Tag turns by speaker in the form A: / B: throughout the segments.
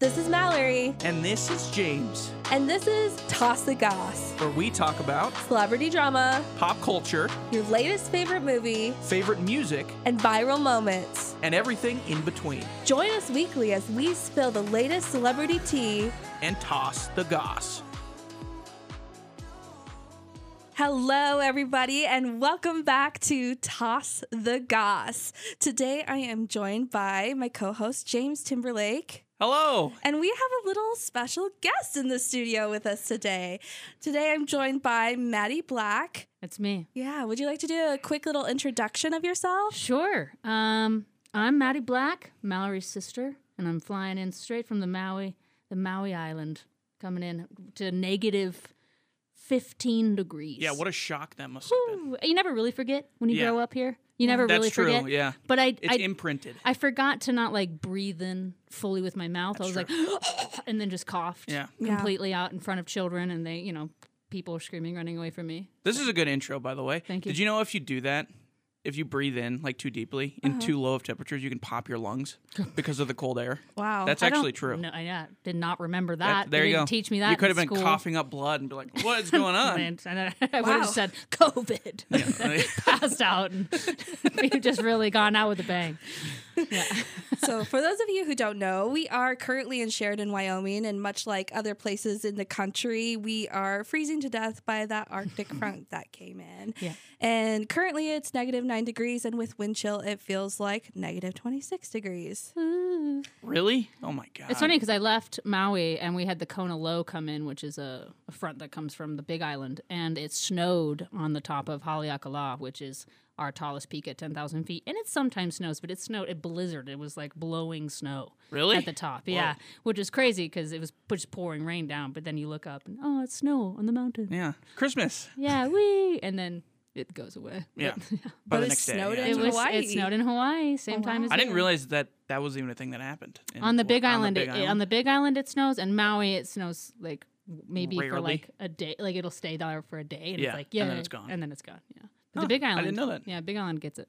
A: This is Mallory,
B: And this is James,
A: and this is Toss the Goss
B: where we talk about
A: celebrity drama,
B: pop culture,
A: your latest favorite movie,
B: favorite music,
A: and viral moments.
B: and everything in between.
A: Join us weekly as we spill the latest celebrity tea.
B: And toss the goss.
A: Hello, everybody, and welcome back to Toss the Goss. Today I am joined by my co host, James Timberlake.
B: Hello.
A: And we have a little special guest in the studio with us today. Today I'm joined by Maddie Black.
C: It's me.
A: Yeah, would you like to do a quick little introduction of yourself?
C: Sure. Um, I'm Maddie Black, Mallory's sister, and I'm flying in straight from the Maui, the Maui Island, coming in to negative 15 degrees.
B: Yeah, what a shock that must have been.
C: Whew. You never really forget when you
B: Yeah.
C: grow up here. You never
B: That's
C: really
B: true.
C: forget.
B: Yeah.
C: But I,
B: It's
C: I,
B: imprinted.
C: I forgot to not like breathe in fully with my mouth. I was
B: That's
C: like, and then just coughed
B: Yeah.
A: Yeah.
C: completely out in front of children, and they, you know, people are screaming, running away from me.
B: This is a good intro, by the way.
C: Thank you.
B: Did you know if you do that, if you breathe in like too deeply
C: Uh-huh.
B: in too low of temperatures, you can pop your lungs because of the cold air?
A: Wow.
B: That's
C: I don't-
B: actually true.
C: No, I yeah, did not remember that.
B: That- there
C: they
B: you
C: didn't
B: go.
C: Teach me that.
B: You could have
C: in
B: been
C: school.
B: coughing up blood and be like, "What's going on?"
C: And I, I would
A: Wow.
C: have said COVID. Passed out and we've just really gone out with a bang.
A: so, for those of you who don't know, we are currently in Sheridan, Wyoming, and much like other places in the country, we are freezing to death by that Arctic front that came in.
C: Yeah.
A: And currently it's negative nine degrees, and with wind chill, it feels like negative 26 degrees.
C: Hmm.
B: really? Oh my god.
C: It's funny because I left Maui and we had the Kona Low come in, which is a, a front that comes from the Big Island, and it snowed on the top of Haleakala, which is our tallest peak at 10,000 feet. And it sometimes snows, but it snowed, it blizzard. It was like blowing snow.
B: Really?
C: At the top, yeah. Which is crazy because it was just pouring rain down, but then you look up and, oh, it's snow on the mountain.
B: Yeah. Christmas.
C: yeah, we and then it goes away.
B: Yeah.
A: But
B: By
A: it
B: the next day.
A: snowed
B: yeah.
A: in
C: It was
A: Hawaii.
C: it snowed in Hawaii, same time as
B: I didn't
C: here.
B: realize that that was even a thing that happened in-
C: on the
B: well,
C: Big Island.
B: Big
C: it-
B: Island.
C: on the Big Island, it snows, and Maui, it snows like maybe for
B: Rarely.
C: like a day. Like it'll stay there for a day, and
B: Yeah,
C: it's like
B: and
C: yeah,
B: then it's gone.
C: and then it's gone. Yeah,
B: Huh,
C: but the Big
B: I didn't
C: Island.
B: know that.
C: Yeah, Big Island gets it.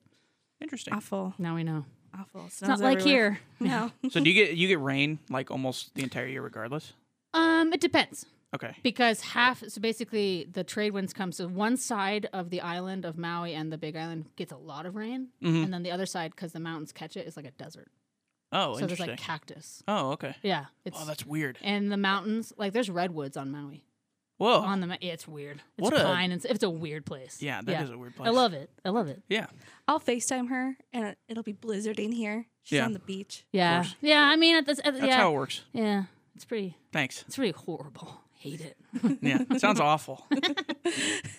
B: Interesting.
A: Awful.
C: Now we know.
A: Awful. It's
C: It's not like here.
A: No.
B: So do you get you get rain like almost the entire year regardless?
C: Um, it depends.
B: Okay.
C: Because half, so basically, the trade winds come. So one side of the island of Maui and the Big Island gets a lot of rain,
B: Mm-hmm.
C: and then the other side, because the mountains catch it, is like a desert.
B: Oh,
C: so there's
B: interesting.
C: like cactus.
B: oh, okay.
C: Yeah, it's
B: Oh, that's weird.
C: and the mountains. Like there's redwoods on Maui.
B: Whoa.
C: On the ma- yeah, it's weird. It's
B: What a-
C: pine. and It's, it's a weird place.
B: yeah, that is a weird place.
C: I love it. I love it.
B: Yeah.
A: I'll FaceTime her and it'll be blizzarding here. She's
B: Yeah.
A: on the beach.
C: Yeah,
B: course.
C: yeah. I mean, at this, at,
B: That's
C: yeah,
B: how it works.
C: yeah. It's pretty.
B: Thanks.
C: It's pretty horrible. Hate it.
B: Yeah. It sounds awful.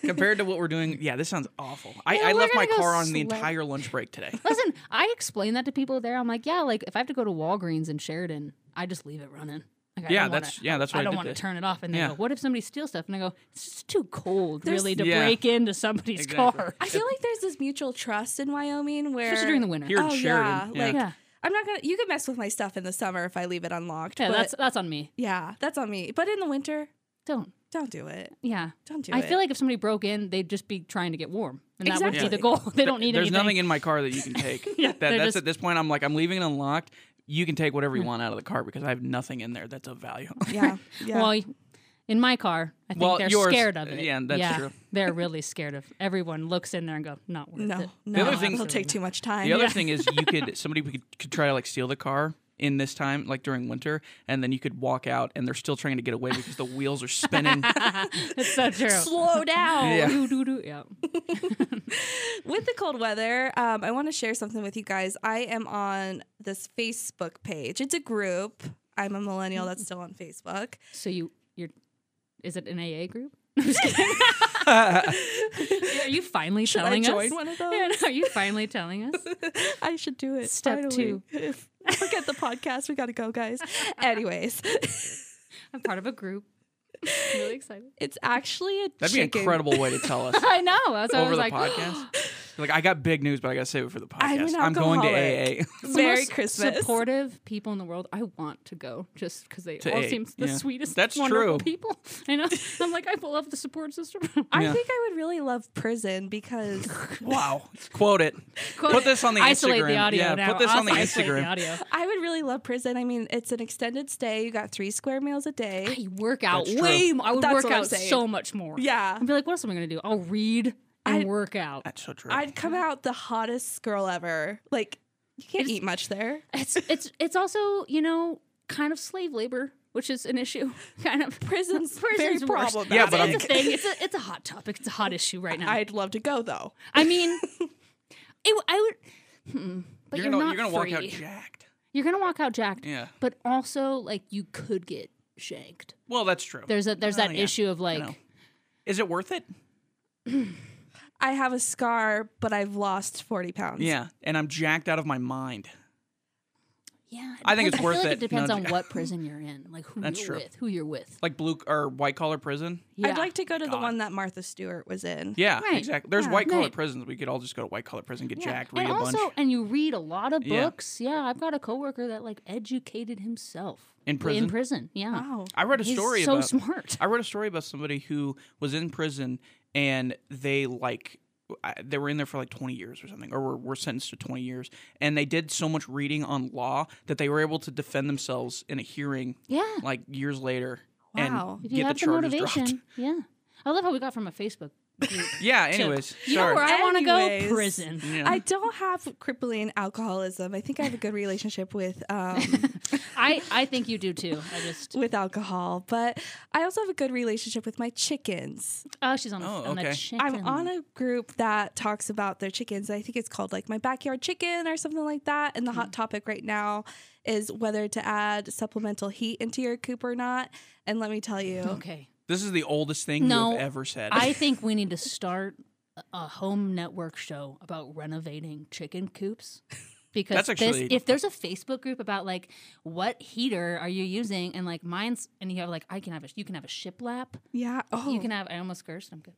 B: Compared to what we're doing, yeah, this sounds awful. I,
C: Yeah,
B: I
C: we're
B: left my
C: gonna go
B: car on the
C: slow.
B: entire lunch break today.
C: Listen, I explain that to people there. I'm like, yeah, like if I have to go to Walgreens in Sheridan, I just leave it running.
B: Yeah,
C: Like, I don't wanna-
B: that's- yeah, that's what I
C: I don't
B: did
C: want to
B: today.
C: turn it off. And they
B: Yeah.
C: go, "What if somebody steals stuff?" And I go, "It's just too cold,
A: There's-
C: really, to
B: Yeah.
C: break into somebody's
B: Exactly.
C: car,
A: I feel like there's this mutual trust in Wyoming where
C: especially during the winter."
B: Here in
A: Oh,
B: Sheridan.
A: yeah, like-
C: yeah,
A: I'm not gonna. You can mess with my stuff in the summer if I leave it unlocked.
C: yeah.
A: but
C: That's that's on me.
A: yeah, that's on me. But in the winter,
C: Don't.
A: don't do it.
C: Yeah.
A: Don't do
C: I
A: it.
C: feel like if somebody broke in, they'd just be trying to get warm, and that
A: Exactly.
C: would be the goal. they don't need
B: There's
C: anything.
B: nothing in my car that you can take.
C: Yeah,
B: that,
C: they're
B: that's
C: just- Hmm.
B: at this point, I'm like, I'm leaving it unlocked. You can take whatever you want out of the car because I have nothing in there that's of value.
A: yeah, yeah.
C: Well, in my car, I think
B: Well,
C: they're
B: yours-
C: scared of it.
B: yeah, that's true.
C: They're really scared of. Everyone looks in there and go, "Not worth
A: no,
C: it."
A: no.
B: other
A: it'll
B: thing-
A: take too much time.
B: The other thing is you could somebody could, could try to like steal the car in this time, like during winter, and then you could walk out and they're still trying to get away because the wheels are spinning.
C: It's so true.
A: Slow down.
B: Yeah.
C: Doo, doo, doo. Yeah.
A: With the cold weather, um, I want to share something with you guys. I am on this Facebook page. It's a group. I'm a millennial that's still on Facebook.
C: So you, you're, is it an AA group? I'm just kidding. are you finally
A: Should I
C: telling
A: join
C: us?
A: one of
C: Yeah,
A: those?
C: no, are you finally telling us?
A: I should do it.
C: Step
A: finally.
C: two.
A: If- Forget the podcast. We got to go, guys. Anyways,
C: I'm part of a group. I'm really excited.
A: it's actually a
B: That'd be an
A: chicken.
B: incredible way to tell us
C: I know. That's why I
B: over
C: was
B: the
C: like,
B: podcast. Like I got big news, but I got to save it for the
A: I'm an
B: podcast. I'm going to AA.
A: alcoholic.
C: It's the
A: Merry
C: most
A: Christmas.
C: Supportive people in the world. I want to go just because they
B: To
C: all
B: eight,
C: seem the
B: yeah.
C: sweetest.
B: That's
C: wonderful
B: true.
C: People. I know. I'm like, I love the support system.
A: I
B: Yeah.
A: think I would really love prison because
B: wow. Quote it. put this on the
C: isolate
B: Instagram.
C: the audio.
B: yeah,
C: now.
B: put this on the
C: Also isolate
B: Instagram.
C: audio.
A: I would really love prison. I mean, it's an extended stay. You got three square meals a day.
C: I work out
B: That's
C: way
B: true.
C: more. I would
A: That's
C: work
A: what I'm
C: out
A: saying.
C: so much more.
A: Yeah.
C: I'd be like, what else am I going to do? I'll read and
A: I'd-
C: work out.
B: That's so true.
A: I'd come out the hottest girl ever. Like, you can't
C: It's-
A: eat much there.
C: It's it's it's also you know kind of slave labor, which is an issue. Kind of
A: Prison's very
C: prison's worse.
A: problematic.
B: Yeah,
C: It's-
B: but I'm-
C: it's a thing. It's a it's a hot topic. It's a hot issue right now. I,
A: I'd love to go though.
C: mean, it, w- I would. Hmm, but
B: you're,
C: you're,
B: gonna
C: not
B: you're gonna walk
C: free.
B: out jacked.
C: You're gonna walk out jacked.
B: Yeah.
C: But also, like, you could get shanked.
B: Well, that's true.
C: There's a there's
B: Oh,
C: that
B: yeah.
C: issue of
B: know.
C: like,
B: Is it worth it?
A: I have a scar, but I've lost 40 pounds.
B: Yeah. And I'm jacked out of my mind.
C: yeah. it
B: I think
C: depends-
B: it's worth
C: I feel like
B: it.
C: it depends
B: No,
C: on
B: j-
C: what prison you're in, like who
B: That's
C: you're
B: true.
C: with, who you're with.
B: Like blue or white collar prison.
C: Yeah.
A: I'd like to go to the
B: God.
A: one that Martha Stewart was in.
B: Yeah,
C: Right.
B: exactly. There's
A: Yeah.
B: white collar
C: Right.
B: prisons. We could all just go to white collar prison, get
C: Yeah.
B: jacked, read
C: and
B: a
C: also,
B: bunch
C: and you read a lot of
B: Yeah.
C: books. Yeah. I've got a coworker that like educated himself
B: in prison.
C: in prison. Yeah,
A: Wow.
B: I read a
C: he's
B: story
C: so
B: about
C: smart.
B: I read a story about somebody who was in prison and they like I- they were in there for like 20 years or something or were, were sentenced to 20 years and they did so much reading on law that they were able to defend themselves in a hearing
C: Yeah,
B: like years later
A: Wow.
B: and
C: if you
B: get
C: have
B: the
C: the,
B: charges
C: motivation.
B: dropped.
C: Yeah, I love how we got from a Facebook. Group.
B: Yeah, anyways.
C: you know
B: sorry.
C: where I want to go?
A: Anyways.
C: Prison.
B: Yeah.
A: I don't have crippling alcoholism. I think I have a good relationship with um,
C: I I think you do too. I just
A: with alcohol, but I also have a good relationship with my chickens.
C: oh she's on the,
B: Oh,
C: on the
B: okay.
C: chicken.
A: I'm on a group that talks about their chickens. I think it's called like my backyard chicken or something like that. And the
C: Mm.
A: hot topic right now is whether to add supplemental heat into your coop or not. And let me tell you,
C: okay.
B: this is the oldest thing
C: No,
B: you've ever said.
C: I think we need to start a- a home network show about renovating chicken coops. Because
B: That's actually-
C: this, if there's a Facebook group about like what heater are you using and like mine's and you have like I can have a you can have a shiplap
A: yeah, oh,
C: you can have I almost cursed I'm good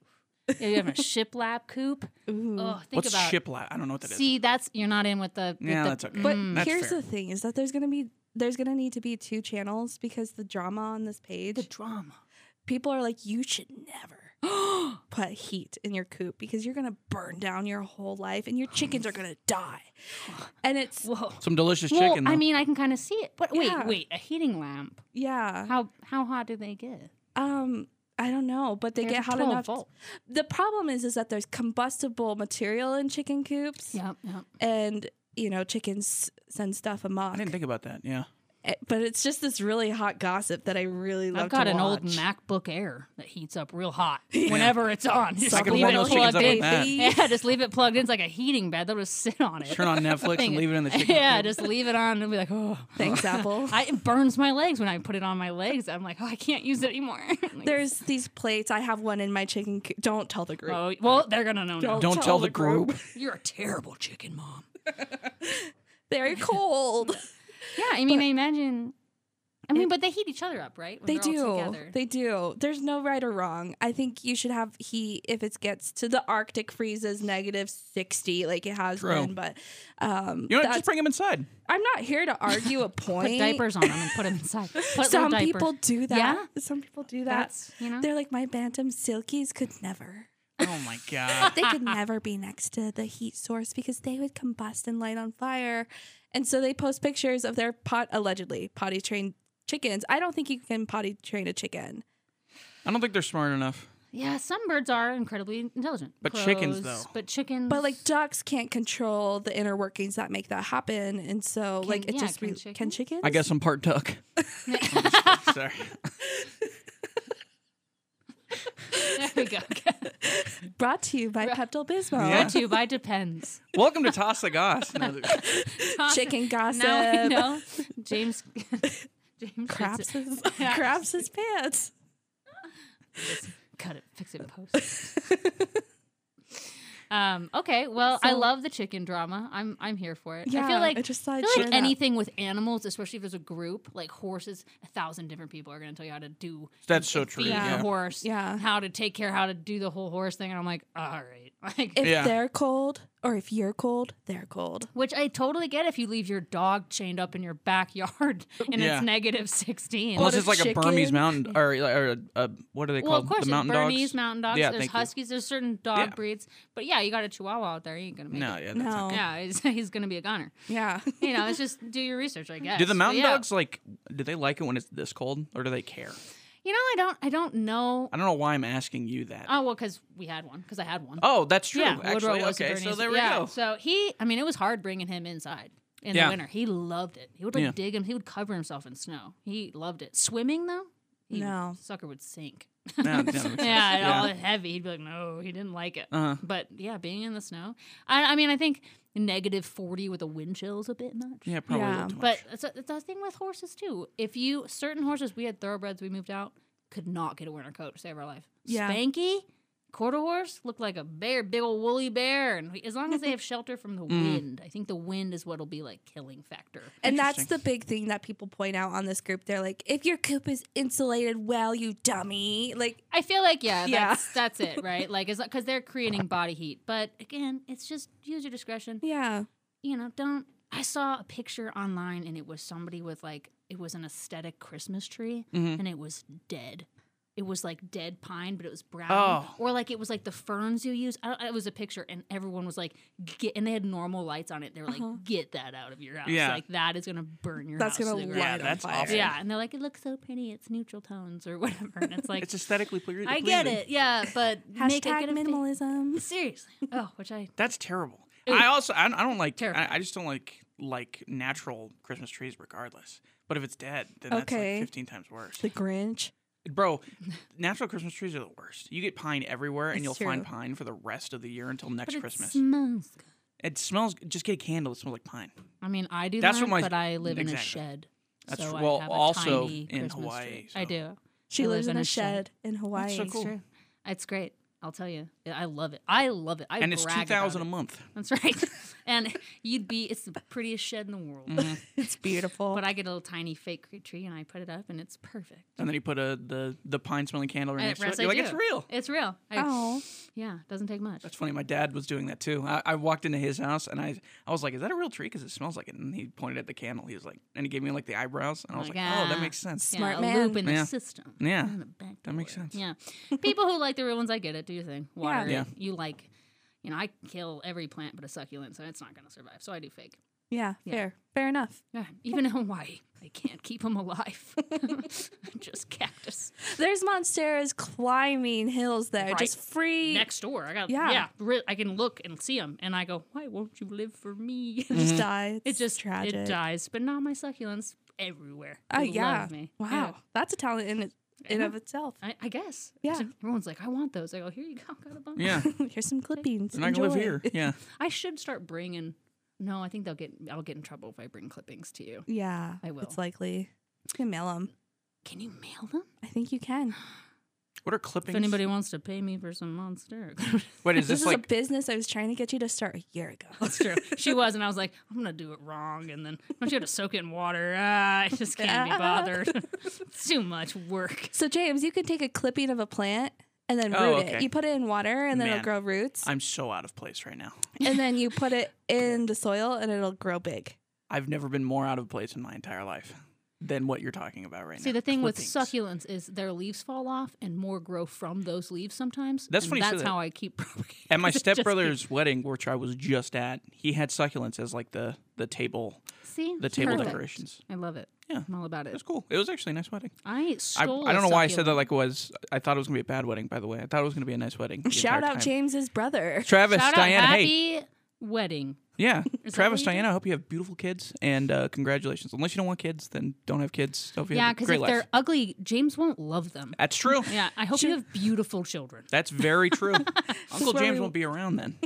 C: yeah, you have a shiplap coop
A: ooh.
C: oh think
B: What's
C: about
B: shiplap? I don't know what that is.
C: see that's you're not in with the with
B: Yeah,
C: the-
B: that's okay.
A: But
B: Mm, that's
A: here's
B: fair.
A: the thing: is that there's gonna be there's gonna need to be two channels because the drama on this
C: the
A: page,
C: drama
A: people are like, you should never put heat in your coop because you're gonna burn down your whole life and your chickens are gonna die. And it's
C: whoa
B: Some delicious
C: well
B: chicken. Though.
C: I mean I can kind of see it but wait
A: Yeah.
C: wait a heating lamp
A: yeah,
C: how how hot do they get
A: um, I don't know, but they
C: They're
A: get hot
C: 12
A: enough.
C: volt.
A: The problem is, is that there's combustible material in chicken coops,
C: yep yep
A: and you know chickens send stuff amok.
B: I didn't think about that. Yeah.
A: Eh, but it's just this really hot gossip that I really love.
C: I've got
A: to
C: an old
A: watch.
C: MacBook Air that heats up real hot whenever it's on. Just
B: I could
C: leave
B: warm
C: it
B: those chickens
C: plugged
B: up
C: in.
B: with that.
C: Yeah, just leave it plugged in. It's like a heating bed. They'll just sit on it.
B: Turn on Netflix
C: Thing-
B: and leave it in the chicken.
C: Yeah, just leave it on and be like, oh.
A: Thanks, Apple.
C: I, it burns my legs when I put it on my legs. I'm like, oh, I can't use it anymore. Like,
A: There's these plates. I have one in my chicken. Coop. Don't tell the group.
C: oh, well, they're gonna know. now.
B: Don't tell the group.
C: You're a terrible chicken mom.
A: They're cold.
C: Yeah, I mean, I imagine. I mean, but they heat each other up, right? When
A: they
C: they're all
A: do.
C: together.
A: They do. There's no right or wrong. I think you should have heat if it gets to the Arctic freezes negative sixty, like it has
B: True.
A: been. But um,
B: You know, what?
A: that's-
B: just bring them inside.
A: I'm not here to argue a point.
C: put diapers on them and put them inside. Put little
A: Some
C: diapers.
A: people do that.
C: Yeah?
A: Some people do that.
C: That's you know.
A: They're like my bantam silkies could never.
B: Oh my god.
A: They could never be next to the heat source because they would combust and light on fire. And so they post pictures of their pot allegedly potty trained chickens. I don't think you can potty train a chicken.
B: I don't think they're smart enough.
C: Yeah, some birds are incredibly intelligent.
B: But chickens,
C: Crows,
B: though.
C: But chickens.
A: But like ducks can't control the inner workings that make that happen. And so like it
C: yeah,
A: just
C: can
A: re- can
C: chickens?
A: chickens?
B: I guess I'm part duck. I'm just kidding, Sorry.
C: there we go.
A: brought to you by Pepto Bismol.
B: Yeah.
C: Brought to you by Depends.
B: Welcome to Toss the Goss. No, the-
A: Chicken gossip.
C: Now we know James. James
A: Craps
C: Fix
A: his,
C: it. Yeah.
A: craps his pants.
C: Just Cut it. Fix it in post. um. Okay. Well, I
A: So-
C: love the chicken drama. I'm. I'm here for it. I
A: Yeah,
C: feel like.
A: I just thought
C: I
A: I'd
C: feel
A: share
C: like
A: that.
C: anything with animals, especially if there's a group like horses, a thousand different people are going to tell you how to do.
B: That's so
C: and
B: true,
C: Feed
A: yeah.
C: the uh, horse.
A: Yeah.
C: How to take care, how to do the whole horse thing, and I'm like, all right. Like,
A: If
B: Yeah.
A: they're cold or if you're cold, they're cold.
C: which I totally get if you leave your dog chained up in your backyard and
B: Yeah.
C: it's negative 16.
A: Well,
B: Unless
A: What
B: it's
A: a
B: like a Burmese
A: chicken.
B: mountain or, or a, a- what are they
C: well,
B: called?
C: of course,
B: the
C: there's
B: mountain
C: Bernese
B: dogs.
C: mountain dogs,
B: Yeah,
C: there's
B: thank you.
C: huskies, there's certain dog
B: Yeah.
C: breeds. But yeah, you got a chihuahua out there, you ain't going to make
B: No,
C: it.
B: yeah. That's
A: No.
B: Not
C: Yeah, he's, he's going to be a goner.
A: Yeah.
C: You know, it's just do your research, I guess.
B: do the
C: But
B: mountain
C: yeah.
B: dogs like? Do they like it when it's this cold, or do they care?
C: You know, I don't I don't know.
B: I don't know why I'm asking you that.
C: Oh, well, because we had one, because I had one.
B: oh, that's true.
C: yeah, Woodrow
B: actually,
C: was a
B: okay. So
C: Bernese-
B: there we
C: yeah,
B: go.
C: So he, I mean, it was hard bringing him inside in
B: Yeah.
C: the winter. He loved it. He would like
B: Yeah.
C: dig him. He would cover himself in snow. He loved it. Swimming though, he,
A: No.
C: sucker would sink.
B: No, that makes sense.
C: yeah, and all
B: Yeah.
C: heavy. He'd be like, no, he didn't like it.
B: Uh-huh.
C: But yeah, being in the snow. I, I mean, I think negative forty with a wind chill is a bit much.
B: Yeah, probably. a
A: Yeah.
B: little too
C: But
B: much.
C: it's a, it's a thing with horses too. If you certain horses, we had thoroughbreds. We moved out, could not get a winter coat to save our life.
A: Yeah.
C: Spanky, quarter horse looked like a bear, big old woolly bear. And we- as long as they have shelter from
A: Mm.
C: the wind, I think the wind is what'll be like killing factor.
A: And that's the big thing that people point out on this group. They're like, if your coop is insulated well, you dummy. Like,
C: I feel like yeah,
A: Yeah.
C: that's that's it, right? Like because they're creating body heat, but again, it's just use your discretion.
A: yeah.
C: you know, don't. I saw a picture online and it was somebody with like, it was an aesthetic Christmas tree
B: Mm-hmm.
C: and it was dead. It was like dead pine, but it was brown.
B: Oh.
C: Or like it was like the ferns you use. I don't, it was a picture and everyone was like, get, and they had normal lights on it. They were like, get that out of your house.
B: Uh-huh. Yeah.
C: Like that is going to burn your
A: That's
C: house.
A: going
C: to
A: to
C: the
A: light
B: Yeah,
A: on
C: ground.
B: that's
A: fire.
B: awful.
C: Yeah. And they're like, it looks so pretty. It's neutral tones or whatever. And it's like,
B: it's aesthetically ple- pleasing.
C: I get it. Yeah. But make it
A: Hashtag
C: get a fa-
A: minimalism.
C: Seriously. Oh, which I
B: That's terrible.
C: Ew.
B: I also I, don't- I don't like I,
C: Terrifying.
B: I just don't like like natural Christmas trees regardless. But if it's dead, then that's
A: Okay.
B: like fifteen times worse.
A: The Grinch.
B: Bro, natural Christmas trees are the worst. You get pine everywhere, and
A: That's
B: you'll find
A: true.
B: pine for the rest of the year until next
C: but it
B: Christmas.
C: smells good.
B: it smells. Just get a candle. It smells like pine.
C: I mean, I do
B: That's
C: that,
B: what my-
C: but I live in a
B: exactly.
C: shed.
B: That's
C: so
B: tr-
C: I
B: well,
C: have a
B: also
C: tiny
B: in
C: Christmas
B: Hawaii,
C: tree. I
B: so-
C: do.
A: She
C: I live
A: lives in a shed in
B: That's
A: Hawaii.
B: so cool.
C: true. It's great. I'll tell you, I love it. I love it. I
B: And it's two
C: brag
B: thousand a
C: about it.
B: month.
C: That's right. and you'd be. It's the prettiest shed in the world.
B: Mm-hmm.
A: It's beautiful.
C: But I get a little tiny fake cre- tree and I put it up and it's perfect.
B: And then you put a the the pine smelling candle right
C: And
B: next to
C: rest
B: it. You're
C: I
B: like,
C: do.
B: it's real.
C: It's real. I,
A: oh,
C: Yeah, doesn't take much.
B: That's funny. My dad was doing that too. I, I walked into his house and I, I was like, "Is that a real tree? Because it smells like it." And he pointed at the candle. He was like, and he gave me like the eyebrows, and I was
C: Like,
B: like, "Oh,
C: ah,
B: that makes sense."
C: yeah,
A: Smart
C: a
A: man.
C: loop in
B: Yeah.
C: the system.
B: Yeah.
C: In the back
B: That makes
C: door.
B: sense.
C: Yeah, people who like the real ones, I get it. Do your thing. Water.
B: Yeah.
C: it. You like, you know, I kill every plant but a succulent, so it's not gonna survive. So I do fake.
A: yeah,
C: Yeah.
A: fair. Fair enough.
C: Yeah, even in Hawaii, they can't keep them alive. Just cactus
A: There's Monstera's climbing hills there.
C: Right.
A: Just free.
C: next door. I got yeah.
A: Yeah.
C: re- I can look and see them, and I go, why won't you live for me?
A: It
B: Mm-hmm.
A: just dies.
C: it just
A: tragic.
C: it dies, but not my succulents everywhere.
A: Oh,
C: They
A: yeah.
C: love me.
A: Wow.
C: Yeah.
A: That's a talent in, it, in
C: Yeah.
A: of itself.
C: I, I guess.
A: Yeah.
C: So everyone's like, I want those. I go, here you go, got a bunch.
B: Yeah,
A: Here's some clippings.
B: I'm not gonna live
A: Enjoy.
B: here. Yeah,
C: I should start bringing. No, I think they'll get. I'll get in trouble if I bring clippings to you.
A: Yeah.
C: I will.
A: It's likely. You can mail them.
C: Can you mail them?
A: I think you can.
B: what are
C: If
B: clippings?
C: anybody wants to pay me for some monster,
B: Wait, is
A: This
B: this
A: is a
B: like?
A: business I was trying to get you to start a year ago.
C: that's true. She was, and I was like, I'm gonna do it wrong, and then don't you have to soak it in water? Ah, I just can't be bothered. it's too much work.
A: So James, you can take a clipping of a plant and then root
B: Oh,
A: it.
B: okay.
A: You put it in water and then
B: Man.
A: it'll grow roots.
B: I'm so out of place right now.
A: and then you put it in the soil and it'll grow big.
B: I've never been more out of place in my entire life than what you're talking about right now.
C: See, the thing with
B: Clippings.
C: succulents is their leaves fall off, and more grow from those leaves sometimes.
B: That's
C: and
B: funny you say
C: That's
B: that.
C: how I keep. propagating.
B: At my
C: It just keeps-
B: stepbrother's wedding, which I was just at, he had succulents as like the the table
C: See
B: the table
C: Perfect.
B: decorations.
C: I love it.
B: Yeah.
C: I'm all about
B: It
C: it.
B: was cool. It was actually a nice wedding.
C: I
B: I, I
C: stole.
B: don't know why I said
C: succulent.
B: that like it was. I thought it was gonna be a bad wedding. By the way, I thought it was gonna be a nice wedding. the
A: Shout
B: entire
A: out
B: time.
A: James's brother.
B: Travis,
C: Shout
B: Diana,
C: out
B: hey,
C: happy wedding.
B: yeah,
C: what
B: Travis,
C: you do?
B: Diana. I hope you have beautiful kids, and uh, congratulations. Unless you don't want kids, then don't have kids. Hope you
C: Yeah,
B: have a
C: because
B: great
C: if
B: life.
C: they're ugly, James won't love them.
B: That's true.
C: Yeah, I hope you have beautiful children.
B: That's very true. Uncle
A: where
B: James
A: we-
B: won't be around then.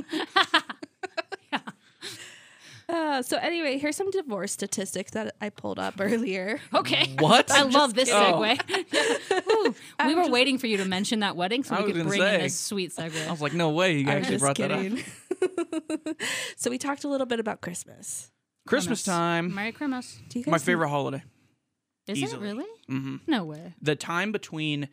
A: Uh, so anyway, here's some divorce statistics that I pulled up earlier.
C: Okay.
B: What?
C: I
B: I'm
C: love this
B: kidding. Oh.
C: segue. Ooh, we were waiting for you to mention that wedding so
B: I
C: we
B: was
C: could
B: gonna
C: bring in
B: say.
C: this sweet
B: I
C: segue.
B: was like, no way, you
A: I'm
B: actually
A: just
B: brought that up.
A: kidding. so we talked a little bit about Christmas.
B: Christmas time,
C: Merry Christmas.
A: Do you guys
B: my favorite holiday.
C: Is
B: Easily.
C: it really?
B: hmm
C: No way.
B: The time between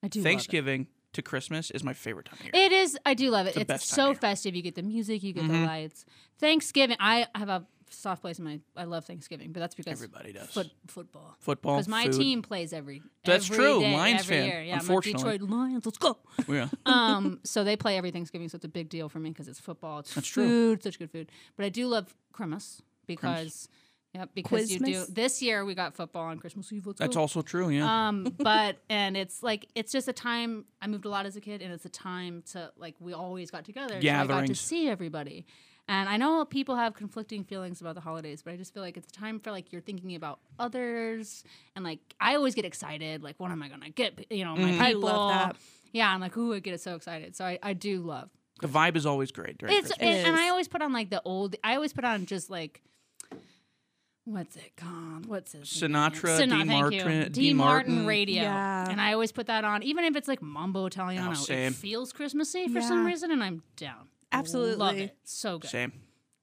C: I do. love it.
B: Thanksgiving to Christmas is my favorite time of year.
C: It is. I do love it.
B: the
C: It's
B: best time
C: so
B: of year.
C: festive. You get the music. You get the
B: Mhm.
C: lights. Thanksgiving. I have a soft place in my. I love Thanksgiving, but that's because
B: Everybody does.
C: foot, football.
B: Football.
C: Because my
B: food.
C: team plays every.
B: That's
C: every
B: true,
C: day,
B: Lions
C: every
B: fan,
C: Year. Yeah,
B: unfortunately.
C: I'm a Detroit Lions. Let's go.
B: Yeah.
C: um, so they play every Thanksgiving, so it's a big deal for me because it's football. It's
B: That's true.
C: food, such good food. But I do love Christmas because. Yep, because you do.
A: Quizmas?
C: This year we got football on Christmas Eve. Let's
B: That's
C: go.
B: also true. Yeah.
C: Um, but and it's like it's just a time I moved a lot as a kid, and it's a time to like we always got together. So I got to
B: Gatherings.
C: see everybody, and I know people have conflicting feelings about the holidays, but I just feel like it's a time for like you're thinking about others, and like I always get excited, like what am I gonna get? You know, my
B: Mhm.
C: people.
A: I love that.
C: Yeah, I'm like, ooh, I get so excited. So I, I do love.
B: the vibe is always great. During
C: It's
B: Christmas.
C: and, and I
A: is.
C: always put on like the old. I always put on just like. What's it called? What's it?
B: Sinatra,
C: Sinatra,
B: Dean Martin-
C: Dean,
B: Dean
C: Martin,
B: Martin.
C: radio,
A: Yeah.
C: and I always put that on, even if it's like mumbo Italiano.
B: Oh, same.
C: It feels Christmassy for some
A: Yeah.
C: reason, and I'm down. love
A: Absolutely.
C: it. So good,
B: Same.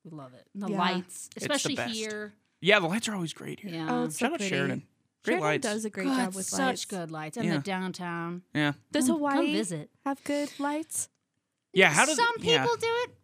C: love it. And the
A: Yeah.
C: lights,
B: the
C: especially
B: best.
C: here.
B: Yeah, the lights are always great here.
C: Yeah,
A: Oh, it's so
B: Mm, Shout out
A: pretty.
B: Sheridan. Great
A: Sheridan
B: lights.
A: does a great
C: Good,
A: job with
C: such
A: lights.
C: good lights, and
B: Yeah.
C: the downtown.
B: yeah.
A: Does
C: Come-
A: Hawaii
C: come visit?
A: have good lights?
B: Yeah. How does
C: some
B: yeah.
C: people do it?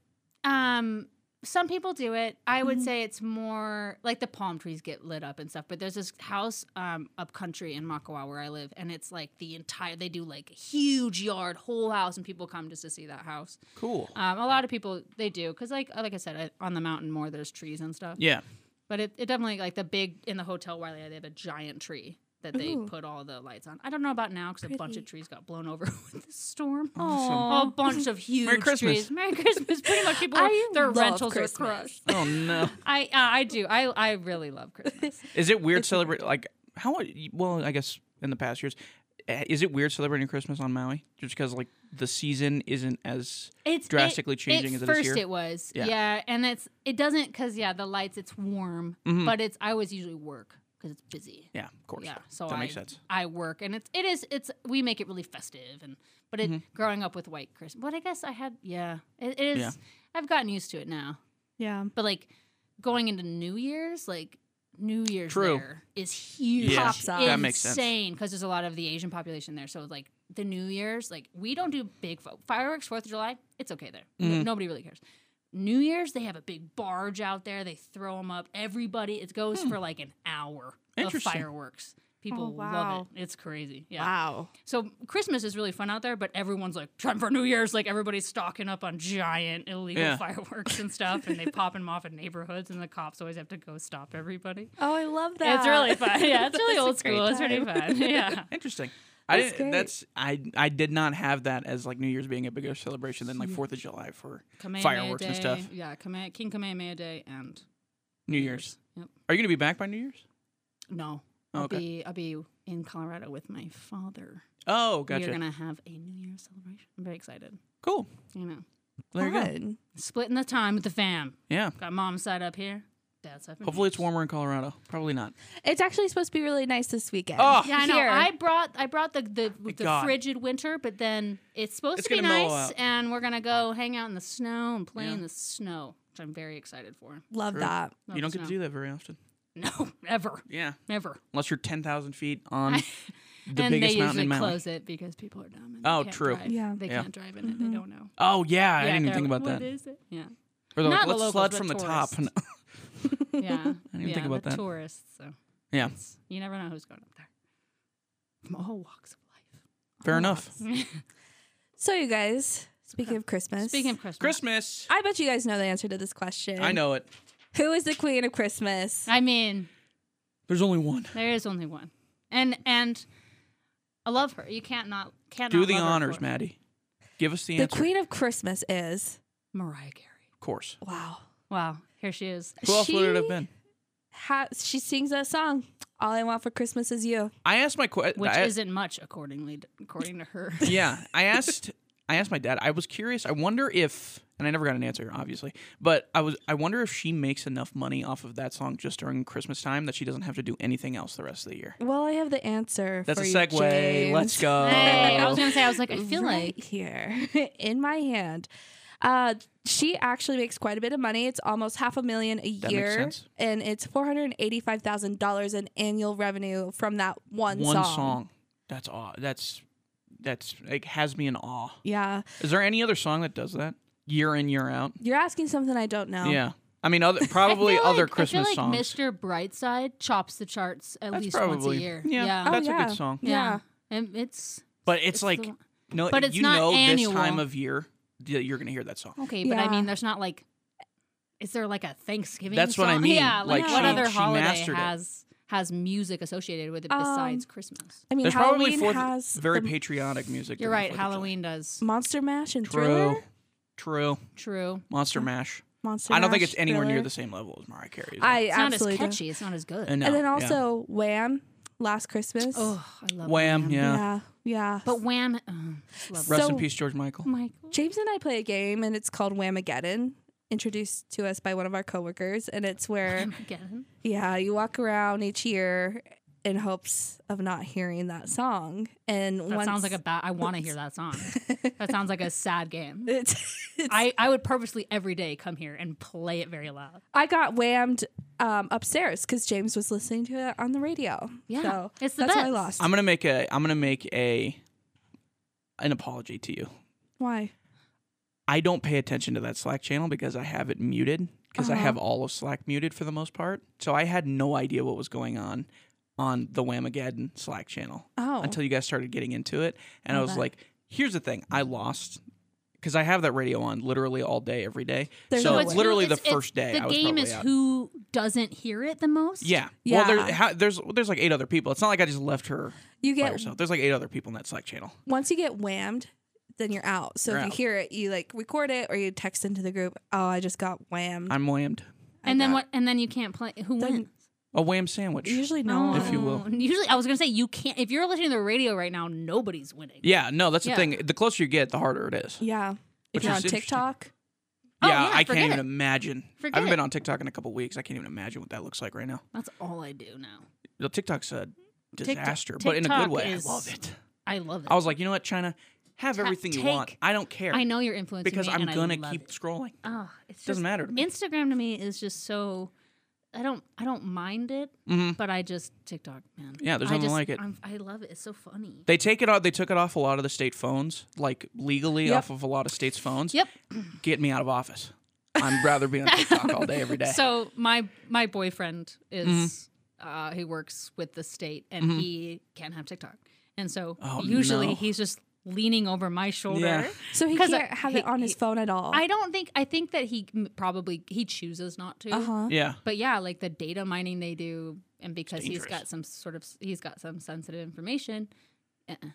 C: Um, some people do it. I would
B: Mm-hmm.
C: say it's more like the palm trees get lit up and stuff. But there's this house um, up country in Makawa where I live, and it's like the entire they do like a huge yard, whole house, and people come just to see that house.
B: Cool.
C: Um, a lot of people they do because like like I said, I, on the mountain more there's trees and stuff.
B: yeah.
C: But it, it definitely like the big in the hotel where they are, they have a giant tree that they
A: Ooh.
C: put all the lights on. I don't know about now because a bunch
A: Pretty.
C: of trees got blown over with the storm a
A: Oh,
C: bunch of huge
B: Christmas.
C: trees. Merry Christmas. Pretty much people,
A: I
C: their
A: love
C: rentals
A: Christmas.
C: are crushed.
B: Oh no.
C: I uh, I do. I I really love Christmas.
B: Is it weird
A: It's a
B: celebrate like how? Well, I guess in the past years, eh, is it weird celebrating Christmas on Maui just because like the season isn't as
C: It's
B: Drastically
C: it,
B: changing
C: It
B: as it is
C: first
B: here?
C: it was.
B: Yeah.
C: Yeah. and it's it doesn't because yeah, the lights. It's warm,
B: Mhm.
C: but it's I always usually work because it's busy.
B: yeah, of course.
C: Yeah, so
B: that
C: I
B: makes sense.
C: I work and it's it is it's we make it really festive and but
B: Mm-hmm.
C: it growing up with white Christmas. But I guess I had yeah it, it is.
B: Yeah.
C: I've gotten used to it now.
A: yeah.
C: But like going into New Year's, like New Year's
B: True.
C: there is huge.
B: Yeah,
A: Pops up. that
B: makes sense.
C: Insane because there's a lot of the Asian population there. So like the New Year's, like we don't do big fo- fireworks Fourth of July. It's okay there.
B: Mm-hmm.
C: No- nobody really cares. New Year's, they have a big barge out there. They throw them up. Everybody, it goes for like an hour of
B: Hmm. Interesting.
C: fireworks. People
A: Oh, wow.
C: love it. It's crazy. Yeah.
A: Wow.
C: So Christmas is really fun out there, but everyone's like time for New Year's. Like everybody's stocking up on giant illegal
B: Yeah.
C: fireworks and stuff, and they pop them off in neighborhoods, and the cops always have to go stop everybody.
A: Oh, I love that.
C: It's really fun. Yeah, it's really
A: That's a
C: old
A: great
C: school. It's really
A: time.
C: fun. Yeah.
B: Interesting. I
A: That's
B: didn't,
A: great.
B: that's I I did not have that as like New Year's being a bigger celebration than like Fourth of July for fireworks and stuff.
C: Day. Yeah, Kame- King Kamehameha Day and
B: New Year's.
C: Yep.
B: Are you gonna be back by New Year's?
C: No.
B: Oh,
C: I'll
B: okay.
C: be I'll be in Colorado with my father.
B: Oh,
C: We
B: gotcha.
C: are gonna have a New Year's celebration. I'm very excited.
B: Cool.
C: You know,
B: There you go.
A: Fun.
C: splitting the time with the fam.
B: Yeah.
C: Got mom's side up here, dad's side. up in
B: Hopefully it's
C: Phoenix.
B: warmer in Colorado. Probably not.
A: It's actually supposed to be really nice this weekend.
B: Oh.
C: Yeah, I know.
A: Here.
C: I brought I brought the the, the
B: God.
C: frigid winter, but then it's supposed
B: It's
C: to be
B: gonna mellow
C: nice,
B: out.
C: and we're gonna go hang out in the snow and play
B: Yeah.
C: in the snow, which I'm very excited for.
A: Love
B: True.
A: that.
C: Love
B: you don't
C: the
B: get to
C: snow.
B: do that very often.
C: no ever
B: Yeah.
C: ever.
B: Unless you're ten thousand feet on the biggest
C: and they
B: mountain
C: usually
B: in Maui.
C: close it because people are dumb. And they
B: Oh,
C: can't
B: true.
C: drive.
A: Yeah.
C: they
B: Yeah.
C: can't drive in it. They don't know.
B: Oh yeah, I
C: Yeah,
B: didn't even
C: they're
B: think
C: like,
B: about that.
C: What is it? Yeah,
B: Or they're
C: Not
B: like,
C: the
B: let's
C: locals,
B: flood
C: but
B: from the top.
C: tourists. yeah. I
B: didn't even think about
C: the
B: that.
C: Tourists. So
B: yeah,
C: it's- you never know who's going up there. From all walks of life.
B: fair enough.
A: So, you guys, speaking of Christmas,
C: Speaking of Christmas,
B: Christmas.
A: I bet you guys know the answer to this question.
B: I know it.
A: Who is the queen of Christmas?
C: I mean,
B: There's only one.
C: There is only one, and and I love her. You can't not can't
B: Do the honors, Maddie. Give us the,
A: The
B: answer.
A: queen of Christmas is.
C: Mariah Carey.
B: Of course.
A: Wow.
C: Wow, here she is.
B: Who else would it have
A: She-
B: been?
A: Ha- she sings that song, All I Want for Christmas Is You.
B: I asked my question.
C: Which isn't much, accordingly, according to her.
B: yeah i asked i asked my dad i was curious i wonder if and i never got an answer obviously but i was i wonder if she makes enough money off of that song just during christmas time that she doesn't have to do anything else the rest of the year
A: Well, I have the answer.
B: that's a
A: for you,
B: segue
A: James.
B: let's go
C: Hey, I was
B: Oh.
C: gonna say, I was like, I feel
A: right
C: like
A: here in my hand. Uh, she actually makes quite a bit of money. It's almost half a million a
B: makes
A: year,
B: sense.
A: and it's four hundred eighty-five thousand dollars in annual revenue from that one,
B: one
A: song.
B: song, that's aw- that's that's like has me in awe.
A: Yeah.
B: Is there any other song that does that year in year out?
A: You're asking something I don't know.
B: Yeah, I mean, other probably
C: I feel
B: other
C: like,
B: Christmas
C: I feel like
B: songs.
C: Mr. Brightside chops the charts at
B: that's
C: least
B: probably
C: once a year.
B: yeah,
C: yeah.
B: that's a
A: yeah.
B: good song.
A: Uh, Yeah.
C: And it's
B: But it's,
C: the
B: like
C: one-
B: no,
C: But it's
B: you
C: not
B: know
C: annual.
B: this time of year that you're gonna hear that song.
C: okay, but I
A: Yeah.
C: mean, there's not like, is there like a Thanksgiving?
B: That's what I
C: song?
B: mean,
C: Yeah, like,
A: like,
C: what
A: she-
C: other
B: she
C: holiday
B: mastered it.
C: has has music associated with it
A: Um,
C: besides Christmas?
A: I mean,
B: There's probably
A: Halloween
B: fourth,
A: has
B: very
A: the
B: patriotic music.
C: You're
B: during
C: right.
B: Fourth of July.
C: Halloween does.
A: Monster Mash and
B: True.
A: Thriller.
B: True.
C: True.
B: Monster Mash.
A: Monster.
B: I don't think
A: Mash,
B: it's anywhere near
A: Thriller.
B: the same level as Mariah Carey's.
A: I
C: It's not as
A: absolutely don't.
C: catchy. It's not as good.
B: And,
A: And then also Wham, Last Christmas.
C: oh, I love
B: Wham, yeah.
A: yeah, yeah.
C: But Wham, oh, just love
B: Rest in
A: so-
B: peace, George Michael.
C: Michael.
A: James and I play a game, and it's called Whamageddon. Introduced to us by one of our coworkers, and it's where
C: Again.
A: yeah, you walk around each year in hopes of not hearing that song. And
C: That
A: once
C: sounds like a bad. I want to hear that song. that sounds like a sad game.
A: it's, it's
C: I, I would purposely every day come here and play it very loud.
A: I got whammed um, upstairs because James was listening to it on the radio.
C: Yeah,
A: so
C: it's the
A: that's why I
C: best.
A: lost.
B: I'm gonna make a. I'm gonna make a. An apology to you.
A: why?
B: I don't pay attention to that Slack channel because I have it muted because I
A: Uh-huh.
B: have all of Slack muted for the most part. So I had no idea what was going on on the Whamageddon Slack channel
A: Oh,
B: until you guys started getting into it, and I
C: I'll
B: was
C: bet.
B: like, "Here's the thing, I lost." Because I have that radio on literally all day, every day.
A: There's
B: so
A: no
B: it's
A: way.
B: literally
C: who-
B: the
C: it's-
B: first day.
C: The
B: I was
C: game
B: probably
C: is
B: out.
C: who doesn't hear it the most.
B: Yeah.
A: Yeah.
B: Well, there's ha- there's there's like eight other people. It's not like I just left her
A: you
B: by
A: get
B: herself. There's like eight other people in that Slack channel.
A: once you get whammed, then you're out. So
B: You're
A: if
B: out.
A: you hear it, you like record it or you text into the group. Oh, I just got whammed.
B: I'm whammed.
C: And then
A: got-
C: what? And then you can't play. Who
A: Then-
C: wins?
B: A wham sandwich.
A: Usually no.
B: If you will.
C: Oh, Usually, I was gonna say you can't. If you're listening to the radio right now, nobody's winning.
B: Yeah. No, that's
C: Yeah.
B: the thing. The closer you get, the harder it is.
A: yeah. If
B: Which
A: you're
B: is
A: on
B: interesting.
A: TikTok,
C: Oh,
B: yeah,
C: yeah,
B: I
C: forget
B: can't even
C: it.
B: imagine. I
C: Forget
B: haven't been
C: it.
B: on TikTok in a couple weeks. I can't even imagine what that looks like right now.
C: That's all I do now.
B: The TikTok's a
C: TikTok-
B: disaster, but in a good
C: TikTok
B: way.
C: is-
B: I love it.
C: I love it.
B: I was like, you know what, China, have
C: Ta-
B: everything you want.
C: take-
B: I don't care
C: I know you're influencing
B: because
C: me,
B: I'm
C: and I
B: gonna
C: love
B: keep
C: It.
B: scrolling.
C: Oh, it's just
B: Doesn't matter to me.
C: Instagram to me is just so. I don't. I don't mind it,
B: Mhm.
C: but I just TikTok man.
B: Yeah, there's
C: I
B: nothing
C: just-
B: like it.
C: I'm, I love it. It's so funny.
B: They take it off. They took it off a lot of the state phones, like legally
A: Yep.
B: off of a lot of states' phones.
C: Yep.
B: Get me out of office. I'd rather be on TikTok all day, every day.
C: So my my boyfriend is
B: Mm-hmm.
C: uh, he works with the state and he can't have TikTok, and so
B: Oh,
C: usually
B: no.
C: he's just leaning over my shoulder.
B: Yeah.
A: so he
C: 'Cause
A: can't
C: I-
A: have
C: he-
A: it on his
C: he-
A: phone at all.
C: I don't think I think that he m- probably he chooses not to.
A: uh huh.
B: yeah.
C: But yeah, like the data mining they do, and because he's
B: dangerous.
C: got some sort of he's got some sensitive information, uh-uh.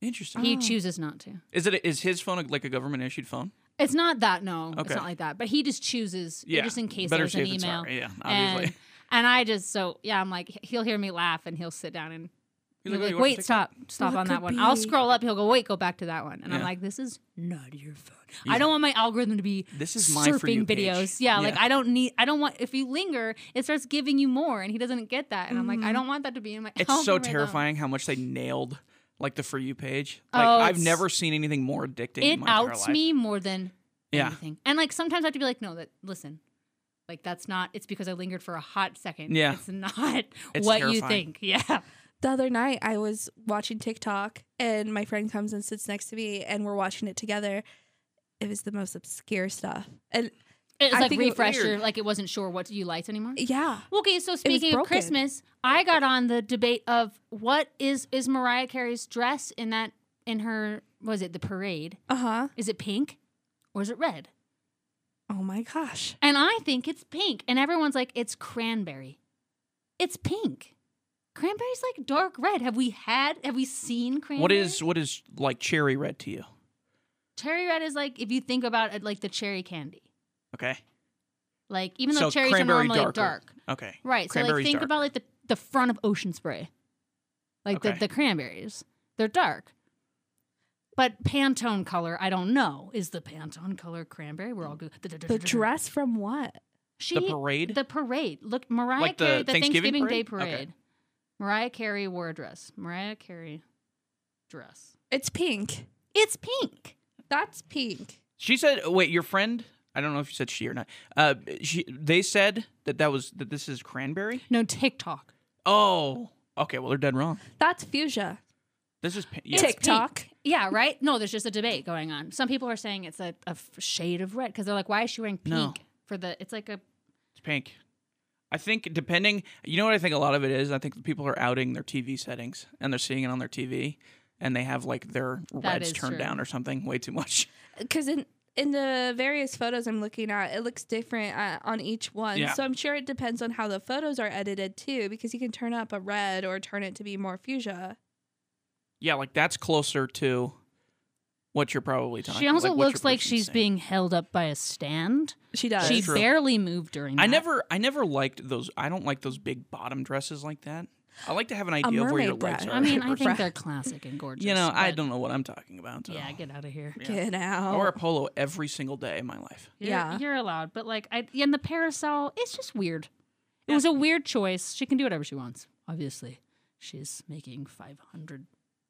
B: Interesting.
A: Oh.
C: he chooses not to.
B: Is it is his phone like a government issued phone?
C: It's not that no,
B: Okay.
C: it's not like that. But he just chooses
B: Yeah.
C: just in case
B: Better
C: there's an
B: safe than
C: email.
B: sorry. Yeah, obviously.
C: and, and I just so yeah, I'm like he'll hear me laugh and he'll sit down and
B: He's
C: he'll
B: like,
C: be
B: "Oh, you
C: like,
B: watching
C: wait, stop, stop
A: What
C: on that
A: could
C: one. I'll
A: be?"
C: scroll up. He'll go, wait, go back to that one. And I'm
B: Yeah.
C: like, this is not your phone. I don't want my algorithm to be
B: This is my For You
C: surfing videos.
B: page.
C: Yeah, like
B: Yeah.
C: I don't need. I don't want. If you linger, it starts giving you more, and he doesn't get that. And I'm like, I don't want that to be in my.
B: It's so
C: algorithm.
B: terrifying how much they nailed like the for you page. Like
C: Oh,
B: I've
C: it's-
B: never seen anything more addicting.
C: It
B: in my entire
C: outs
B: life.
C: me more than
B: Yeah.
C: anything. And like sometimes I have to be like, no, that listen. Like that's not. It's because I lingered for a hot second.
B: Yeah.
C: it's not
B: It's
C: what you
B: terrifying.
C: think. Yeah,
A: The other night, I was watching TikTok, and my friend comes and sits next to me, and we're watching it together. It was the most obscure stuff, and
C: It's
A: I
C: like
A: think it was
C: refresher,
B: weird.
C: like it wasn't sure what you liked anymore.
A: yeah,
C: Okay, so speaking of
A: broken.
C: Christmas, I got on the debate of what is is Mariah Carey's dress in that in her was it the parade?
A: uh huh.
C: Is it pink or is it red?
A: Oh my gosh,
C: And I think it's pink, and everyone's like it's cranberry. It's pink. Cranberry's like dark red. Have we had? Have we seen cranberry?
B: What is what is like cherry red to you?
C: cherry red? Is like if you think about it, like the cherry candy.
B: Okay.
C: Like even though
B: so
C: cherries are
B: cranberry
C: normally
B: darker.
C: dark,
B: Okay.
C: Right. So like
B: Cranberry's
C: think
B: darker.
C: about like the, the front of ocean spray. Like
B: Okay.
C: the, the cranberries. They're dark. But Pantone color, I don't know. Is the Pantone color cranberry? We're all
B: Mm.
C: good.
A: the dress from what?
C: She,
B: The parade?
C: The parade. Look, Mariah
B: Like the
C: Carey, the
B: Thanksgiving
C: Thanksgiving Day
B: parade? Okay.
C: parade. Mariah Carey wore a dress. Mariah Carey dress.
A: It's pink.
C: It's pink.
A: That's pink.
B: She said, "Wait, your friend? I don't know if you said she or not. Uh, she they said that that was that this is cranberry.
C: No, TikTok.
B: Oh, okay. Well, they're dead wrong.
A: That's fuchsia.
B: This is pa- yeah.
C: It's pink.
A: TikTok.
C: Yeah, right? No, there's just a debate going on. Some people are saying it's a, a f- shade of red because they're like, why is she wearing pink?
B: No.
C: For the it's like a
B: It's pink. I think depending, you know what I think a lot of it is. I think people are outing their TV settings and they're seeing it on their TV, and they have like their reds
C: is
B: turned
C: true.
B: down or something way too much.
A: because in in the various photos I'm looking at, it looks different uh, on each one.
B: Yeah.
A: So I'm sure it depends on how the photos are edited too, because you can turn up a red or turn it to be more fuchsia.
B: Yeah, like that's closer to what you're probably talking.
C: she also
B: what your
C: looks like
B: person's
C: she's
B: saying.
C: being held up by a stand.
A: She does.
C: she
B: true.
C: barely moved during that.
B: I never, I never liked those. I don't like those big bottom dresses like that. I like to have an idea of where your
A: mermaid
B: legs
A: dress.
B: are.
C: I mean, I
B: or
C: think
B: something.
C: they're classic and gorgeous.
B: you know, I
C: but-
B: don't know what I'm talking about. so.
C: Yeah, get out of here.
A: Get
B: I wear a
A: out.
B: polo every single day of my life.
C: You're,
A: Yeah.
C: you're allowed, but like, I and the parasol, it's just weird. It was a weird choice. She can do whatever she wants. Obviously, she's making five hundred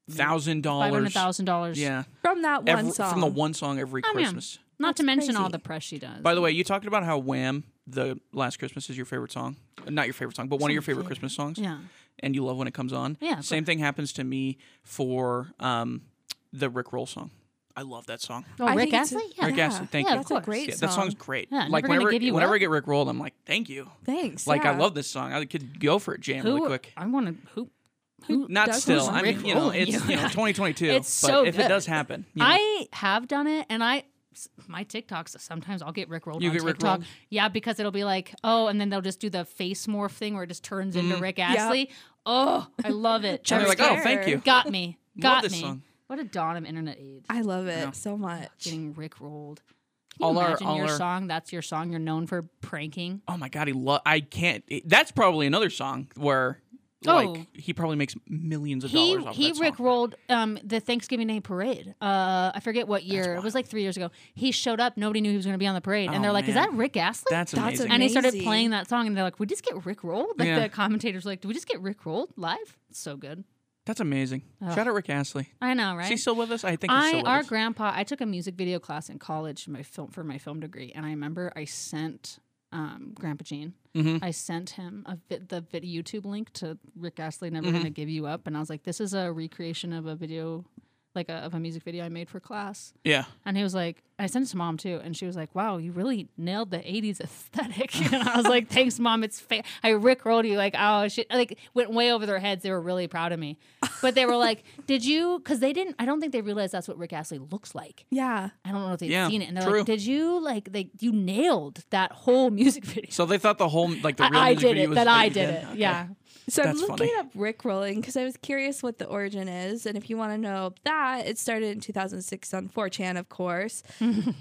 B: Thousand
C: five hundred
B: dollars.
C: thousand dollars.
B: Yeah,
A: From that one
B: every,
A: song.
B: from the one song every
C: Oh, man.
B: Christmas.
C: Not to
A: That's
C: mention all
A: crazy.
C: the press she does.
B: By the way, you talked about how Wham, the Last Christmas, is your favorite song. Uh, Not your favorite song, but one of your favorite Christmas songs.
C: yeah.
B: And you love when it comes on.
C: Yeah,
B: Same thing happens to me for um, the Rick Roll song. I love that song.
C: Oh,
A: I
C: Rick
A: think it's a-
C: Astley.
B: Rick
A: Yeah.
B: Astley, thank
C: Yeah,
B: you.
C: of
A: That's a
C: course.
A: great
B: Yeah,
A: song.
B: that song's great.
C: Yeah, Never
B: like
C: Gonna
B: whenever,
C: Give You
B: whenever I
C: Up.
B: get Rick rolled, I'm like, thank you.
A: Thanks.
B: Like I
A: yeah.
B: love this song. I could go for a jam
C: Who?
B: really quick.
C: I want to. Who? Who?
B: Not
A: does
B: still.
A: want
B: I mean,
C: Rick
B: you know,
C: Roll
B: it's
C: you?
B: you know 2022.
C: It's
B: but
C: so
B: if
C: good.
B: it does happen, you know,
C: I have done it, and I s- my TikToks sometimes I'll get Rickrolled
B: You
C: on
B: get
C: TikTok.
B: Rickrolled?
C: Yeah, because it'll be like, oh, and then they'll just do the face morph thing where it just turns into Rick Astley. Oh, I love it.
B: and they're Mm. like, oh,
A: scared.
B: thank you.
C: got me, got
B: this
C: me.
B: song.
C: What a dawn of internet age.
A: I love it
B: Yeah.
A: so much.
C: Getting Rickrolled. Can you
B: All our-
C: imagine
B: all
C: your
B: our-
C: song? That's your song. You're known for pranking.
B: Oh my god, he lo- I can't. it- that's probably another song where,
C: Oh.
B: like, he probably makes millions of
C: he
B: dollars off
C: he
B: that song.
C: Rick rolled um, the Thanksgiving Day parade. Uh, I forget what year. It was like three years ago. He showed up. Nobody knew he was going to be on the parade, and
B: Oh,
C: they're like, "Is
B: man.
C: that Rick Astley?"
B: That's
A: That's
B: amazing.
A: amazing.
C: And he started
A: Amazing.
C: playing that song, and they're like, "We just get Rick rolled." Like
B: Yeah.
C: the commentators were like, "Did we just get Rick rolled live?" It's so good.
B: That's amazing. Shout out Rick Astley.
C: I know,
B: Is
C: right?
B: he still with us? I think he's still
C: I
B: with
C: our
B: us.
C: grandpa. I took a music video class in college my film for my film degree, and I remember I sent um, Grandpa Gene.
B: Mhm.
C: I sent him a vid, the vid, YouTube link to Rick Astley "Never Gonna Give You Up," and I was like, "This is a recreation of a video, like a, of a music video I made for class."
B: Yeah.
C: And he was like, I sent it to mom too, and she was like, "Wow, you really nailed the '80s aesthetic." And I was like, "Thanks, mom. It's fa- I rickrolled you like, oh shit, like went way over their heads. They were really proud of me, but they were like, "Did you?" Because they didn't. I don't think they realized that's what Rick Astley looks like.
A: Yeah.
C: I don't know if they've
B: Yeah,
C: seen it, and they're
B: true.
C: like, "Did you like they you nailed that whole music video?"
B: So they thought the whole like the real
C: I, I
B: music
C: did
B: video
C: it.
B: was
C: That I
B: you
C: did it.
B: Okay.
C: Yeah.
A: So
B: That's
A: I'm looking
B: funny.
A: up Rick rolling because I was curious what the origin is, and if you want to know that, it started in 2006 on 4chan, of course.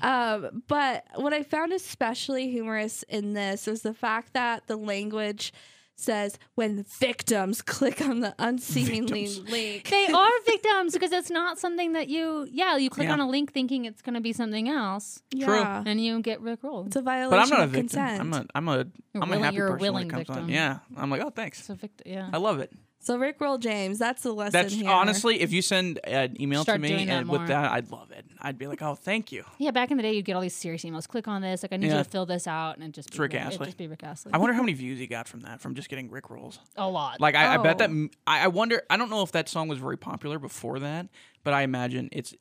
A: um, but what I found especially humorous in this was the fact that the language says when victims click on the unseemly link.
C: they are victims because it's not something that you yeah you click
B: Yeah.
C: on a link thinking it's going to be something else
A: yeah,
C: and you get rickrolled
A: it's a violation
B: But I'm not a
A: of
B: victim.
A: consent.
B: I'm a I'm a
C: You're
B: am a
C: willing-
B: happy
C: you're a
B: person when
C: willing
B: it comes on.
C: victim.
B: Yeah. I'm like, oh, thanks.
C: it's a vict- yeah
B: I love it.
A: so Rick roll James, that's the lesson
B: That's
A: here.
B: honestly, if you send an email to
C: Start
B: me
C: doing that
B: and with
C: more.
B: that, I'd love it. I'd be like, oh, thank you.
C: yeah back in the day you'd get all these serious emails click on this like i need
B: Yeah.
C: you to fill this out and it just be
B: Rick
C: it'd
B: Astley.
C: just be rick astley
B: I wonder how many views he got from that, from just getting Rick rolls.
C: a lot
B: Like I, I bet that
A: Oh.
B: m- I, I wonder. I don't know if that song was very popular before that, but I imagine it's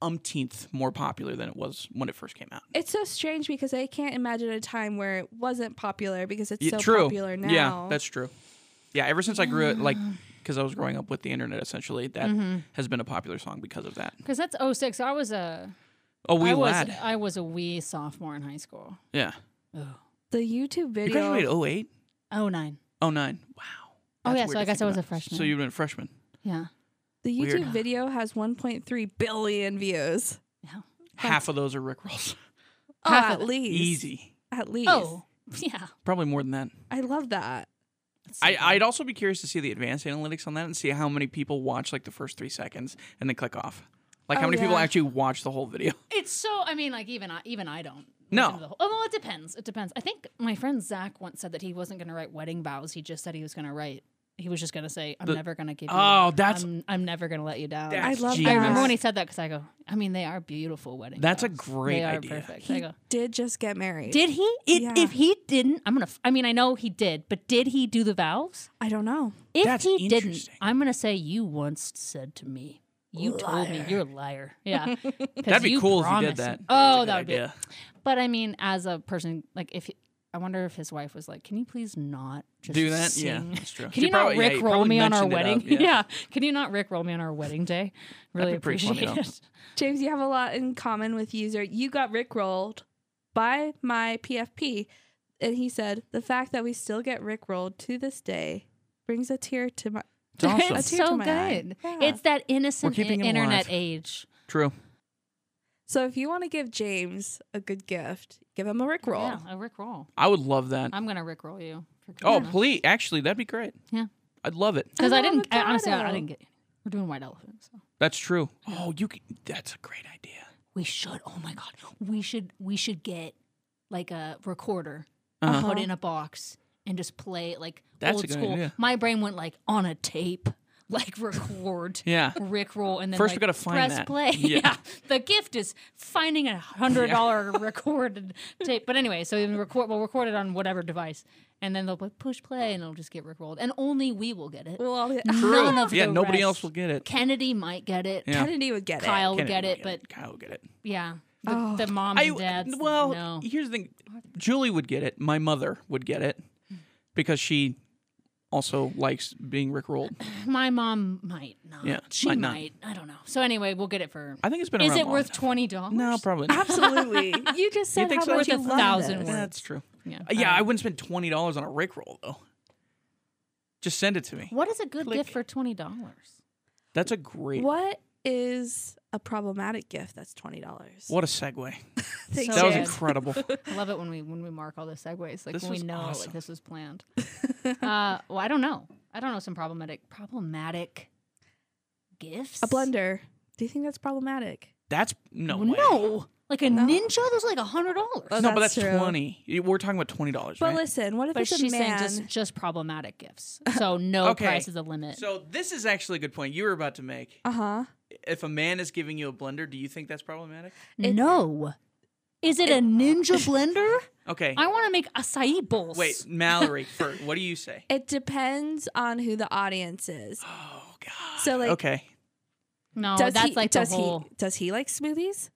B: umpteenth more popular than it was when it first came out.
A: It's so strange because I can't imagine a time where it wasn't popular because it's
B: Yeah,
A: so
B: true.
A: popular now.
B: Yeah, that's true. Yeah, ever since I grew up, like because I was growing up with the internet, essentially that
C: Mm-hmm.
B: has been a popular song because of that.
C: because that's 06 i was a
B: Oh, we
C: I was
B: lad.
C: i was a wee sophomore in high school
B: yeah,
A: the YouTube
B: you
A: video.
B: graduated 08?
C: oh nine
B: 09. Wow.
C: Oh,
B: That's
C: yeah,
B: weird
C: so
B: to
C: I guess
B: think
C: I was
B: about.
C: a freshman.
B: So you were a freshman.
C: yeah
A: The YouTube
B: Weird.
A: video has 1.3 billion views.
B: Half of those are Rick rolls.
A: Oh,
C: Half
A: at
C: of it.
A: least.
B: Easy.
A: At least.
C: oh yeah
B: Probably more than that.
A: I love that.
C: It's so
B: I,
C: good.
B: I'd also be curious to see the advanced analytics on that and see how many people watch like the first three seconds and then click off. Like how
A: Oh,
B: many people
A: yeah.
B: actually watch the whole video.
C: It's so. I mean, like even I, even I don't.
B: No.
C: listen to the whole- oh, well, it depends. It depends. I think my friend Zach once said that he wasn't going to write wedding vows. He just said he was going to write he was just gonna say, "I'm
B: The-
C: never gonna give you.
B: Oh,
C: up.
B: that's-
C: I'm, I'm never gonna let you down."
A: I
B: That's
A: love
B: genius.
C: I remember
A: that.
C: when he said that because I go, I mean, they are beautiful wedding.
B: That's a
C: vows.
B: great
C: They are
B: idea.
C: perfect. I
A: He
C: go,
A: did just get married.
C: did he? It,
A: Yeah.
C: If he didn't, I'm gonna. f- I mean, I know he did, but did he do the vows?
A: I don't know.
C: If
B: That's
C: he didn't,
B: interesting.
C: I'm gonna say you once said to me, "You told me you're a liar." Yeah, 'Cause
B: That'd be
C: you
B: cool if you did
C: promised-
B: that.
C: Oh,
B: That's a
C: that would
B: good
C: be
B: idea.
C: but I mean, as a person, like if I wonder if his wife was like, "Can you please not just
B: Do that? Yeah,
C: Sing?
B: that's true.
C: Can
B: She
C: you not
B: probably- yeah,
C: Rick
B: he
C: roll
B: probably
C: me on our
B: mentioned it
C: wedding?
B: up,
C: yeah.
B: yeah.
C: Can you not Rick roll me on our wedding day? Really
B: That'd be pretty funny,
C: appreciate
B: though.
C: it.
A: James, you have a lot in common with user. You got rickrolled by my PFP, and he said the fact that we still get rickrolled to this day brings a tear to my.
B: It's awesome.
A: A
C: it's
A: tear to
C: so
A: my eye.
C: good.
A: Yeah.
C: It's that innocent
B: keeping
C: in-
B: him alive.
C: internet age.
B: True.
A: so if you want to give James a good gift, give him a rickroll.
C: Yeah, a Rick roll.
B: I would love that.
C: Oh, I'm gonna Rick roll you. for
B: oh,
C: Christmas.
B: please. Actually, that'd be great.
C: Yeah.
B: I'd love it.
C: because I
A: An
C: didn't. I, honestly, I, I
A: avocado.
C: didn't get. We're doing white elephant. So.
B: That's true. Oh, you. Can, that's a great idea.
C: We should. Oh my god. We should. We should get like a recorder
B: Uh-huh.
C: and put it in a box and just play it like
B: That's a
C: old
B: good
C: school.
B: idea.
C: My brain went like on a tape, like record.
B: Yeah.
C: Rick roll and then
B: First we
C: like,
B: gotta find
C: press
B: that.
C: play. Yeah.
B: Yeah.
C: the gift is finding a hundred dollar recorded tape. But anyway, so we record we'll record it on whatever device, and then they'll put push play and it'll just get Rick rolled, and only we will get it.
A: Well, I'll be-
B: True.
C: None of
B: yeah.
C: the
B: Nobody
C: rest.
B: else will get it.
C: Kennedy might get it.
B: Yeah.
A: Kennedy would get
C: Kyle will
B: Kennedy
C: get
B: will
C: it, but
B: Kyle will get it.
C: yeah, the,
A: Oh.
C: the moms
B: I
C: and dads.
B: well,
C: no.
B: here's the thing. Julie would get it. My mother would get it because she also likes being rickrolled.
C: My mom might not.
B: Yeah,
C: she might.
B: might not.
C: I don't know. So anyway, we'll get it for.
B: I think it's been.
C: Is
B: around
C: it
B: a
C: worth
B: long time.
C: twenty dollars?
B: No, probably.
A: it.
B: Not.
A: Absolutely. You just said
B: think
A: how
B: so?
A: much
B: Worth
A: you
C: a
A: love
C: thousand
A: this.
B: That's true. Uh,
C: Yeah.
B: Yeah,
C: All
B: I
C: right.
B: wouldn't spend twenty dollars on a rickroll though. Just send it to me.
C: What is a good
B: Click.
C: gift for twenty dollars?
B: That's a great. What,
A: What is a problematic gift that's twenty dollars?
B: a segue.
A: Thanks,
B: that was
C: Jared.
B: incredible.
C: I love it when we when we mark all the segues, like
B: This
C: when we
B: was
C: know
B: awesome.
C: like this was planned. uh, well, I don't know. I don't know some problematic problematic gifts.
A: A blender. Do you think that's problematic?
B: That's no way.
C: No, like a ninja. Those are like a hundred dollars.
A: Oh,
B: No, but
A: that's
B: that's
A: true.
B: twenty. We're talking about twenty dollars,
A: But
B: right?
A: listen, what if
C: But
A: it's a
C: she's saying
A: man?
C: just just problematic gifts. So no
B: Okay.
C: price is a limit.
B: So this is actually a good point you were about to make.
A: uh huh.
B: If a man is giving you a blender, do you think that's problematic?
A: it-
C: no. Is it, a ninja blender?
B: Okay.
C: I want to make acai bowls.
B: Wait, Mallory, first, what do you say?
A: It depends on who the audience is.
B: Oh God.
A: So, like-
B: okay.
C: no,
A: does
C: Oh, that's
A: he,
C: like
A: does
C: the whole.
A: he does he like smoothies?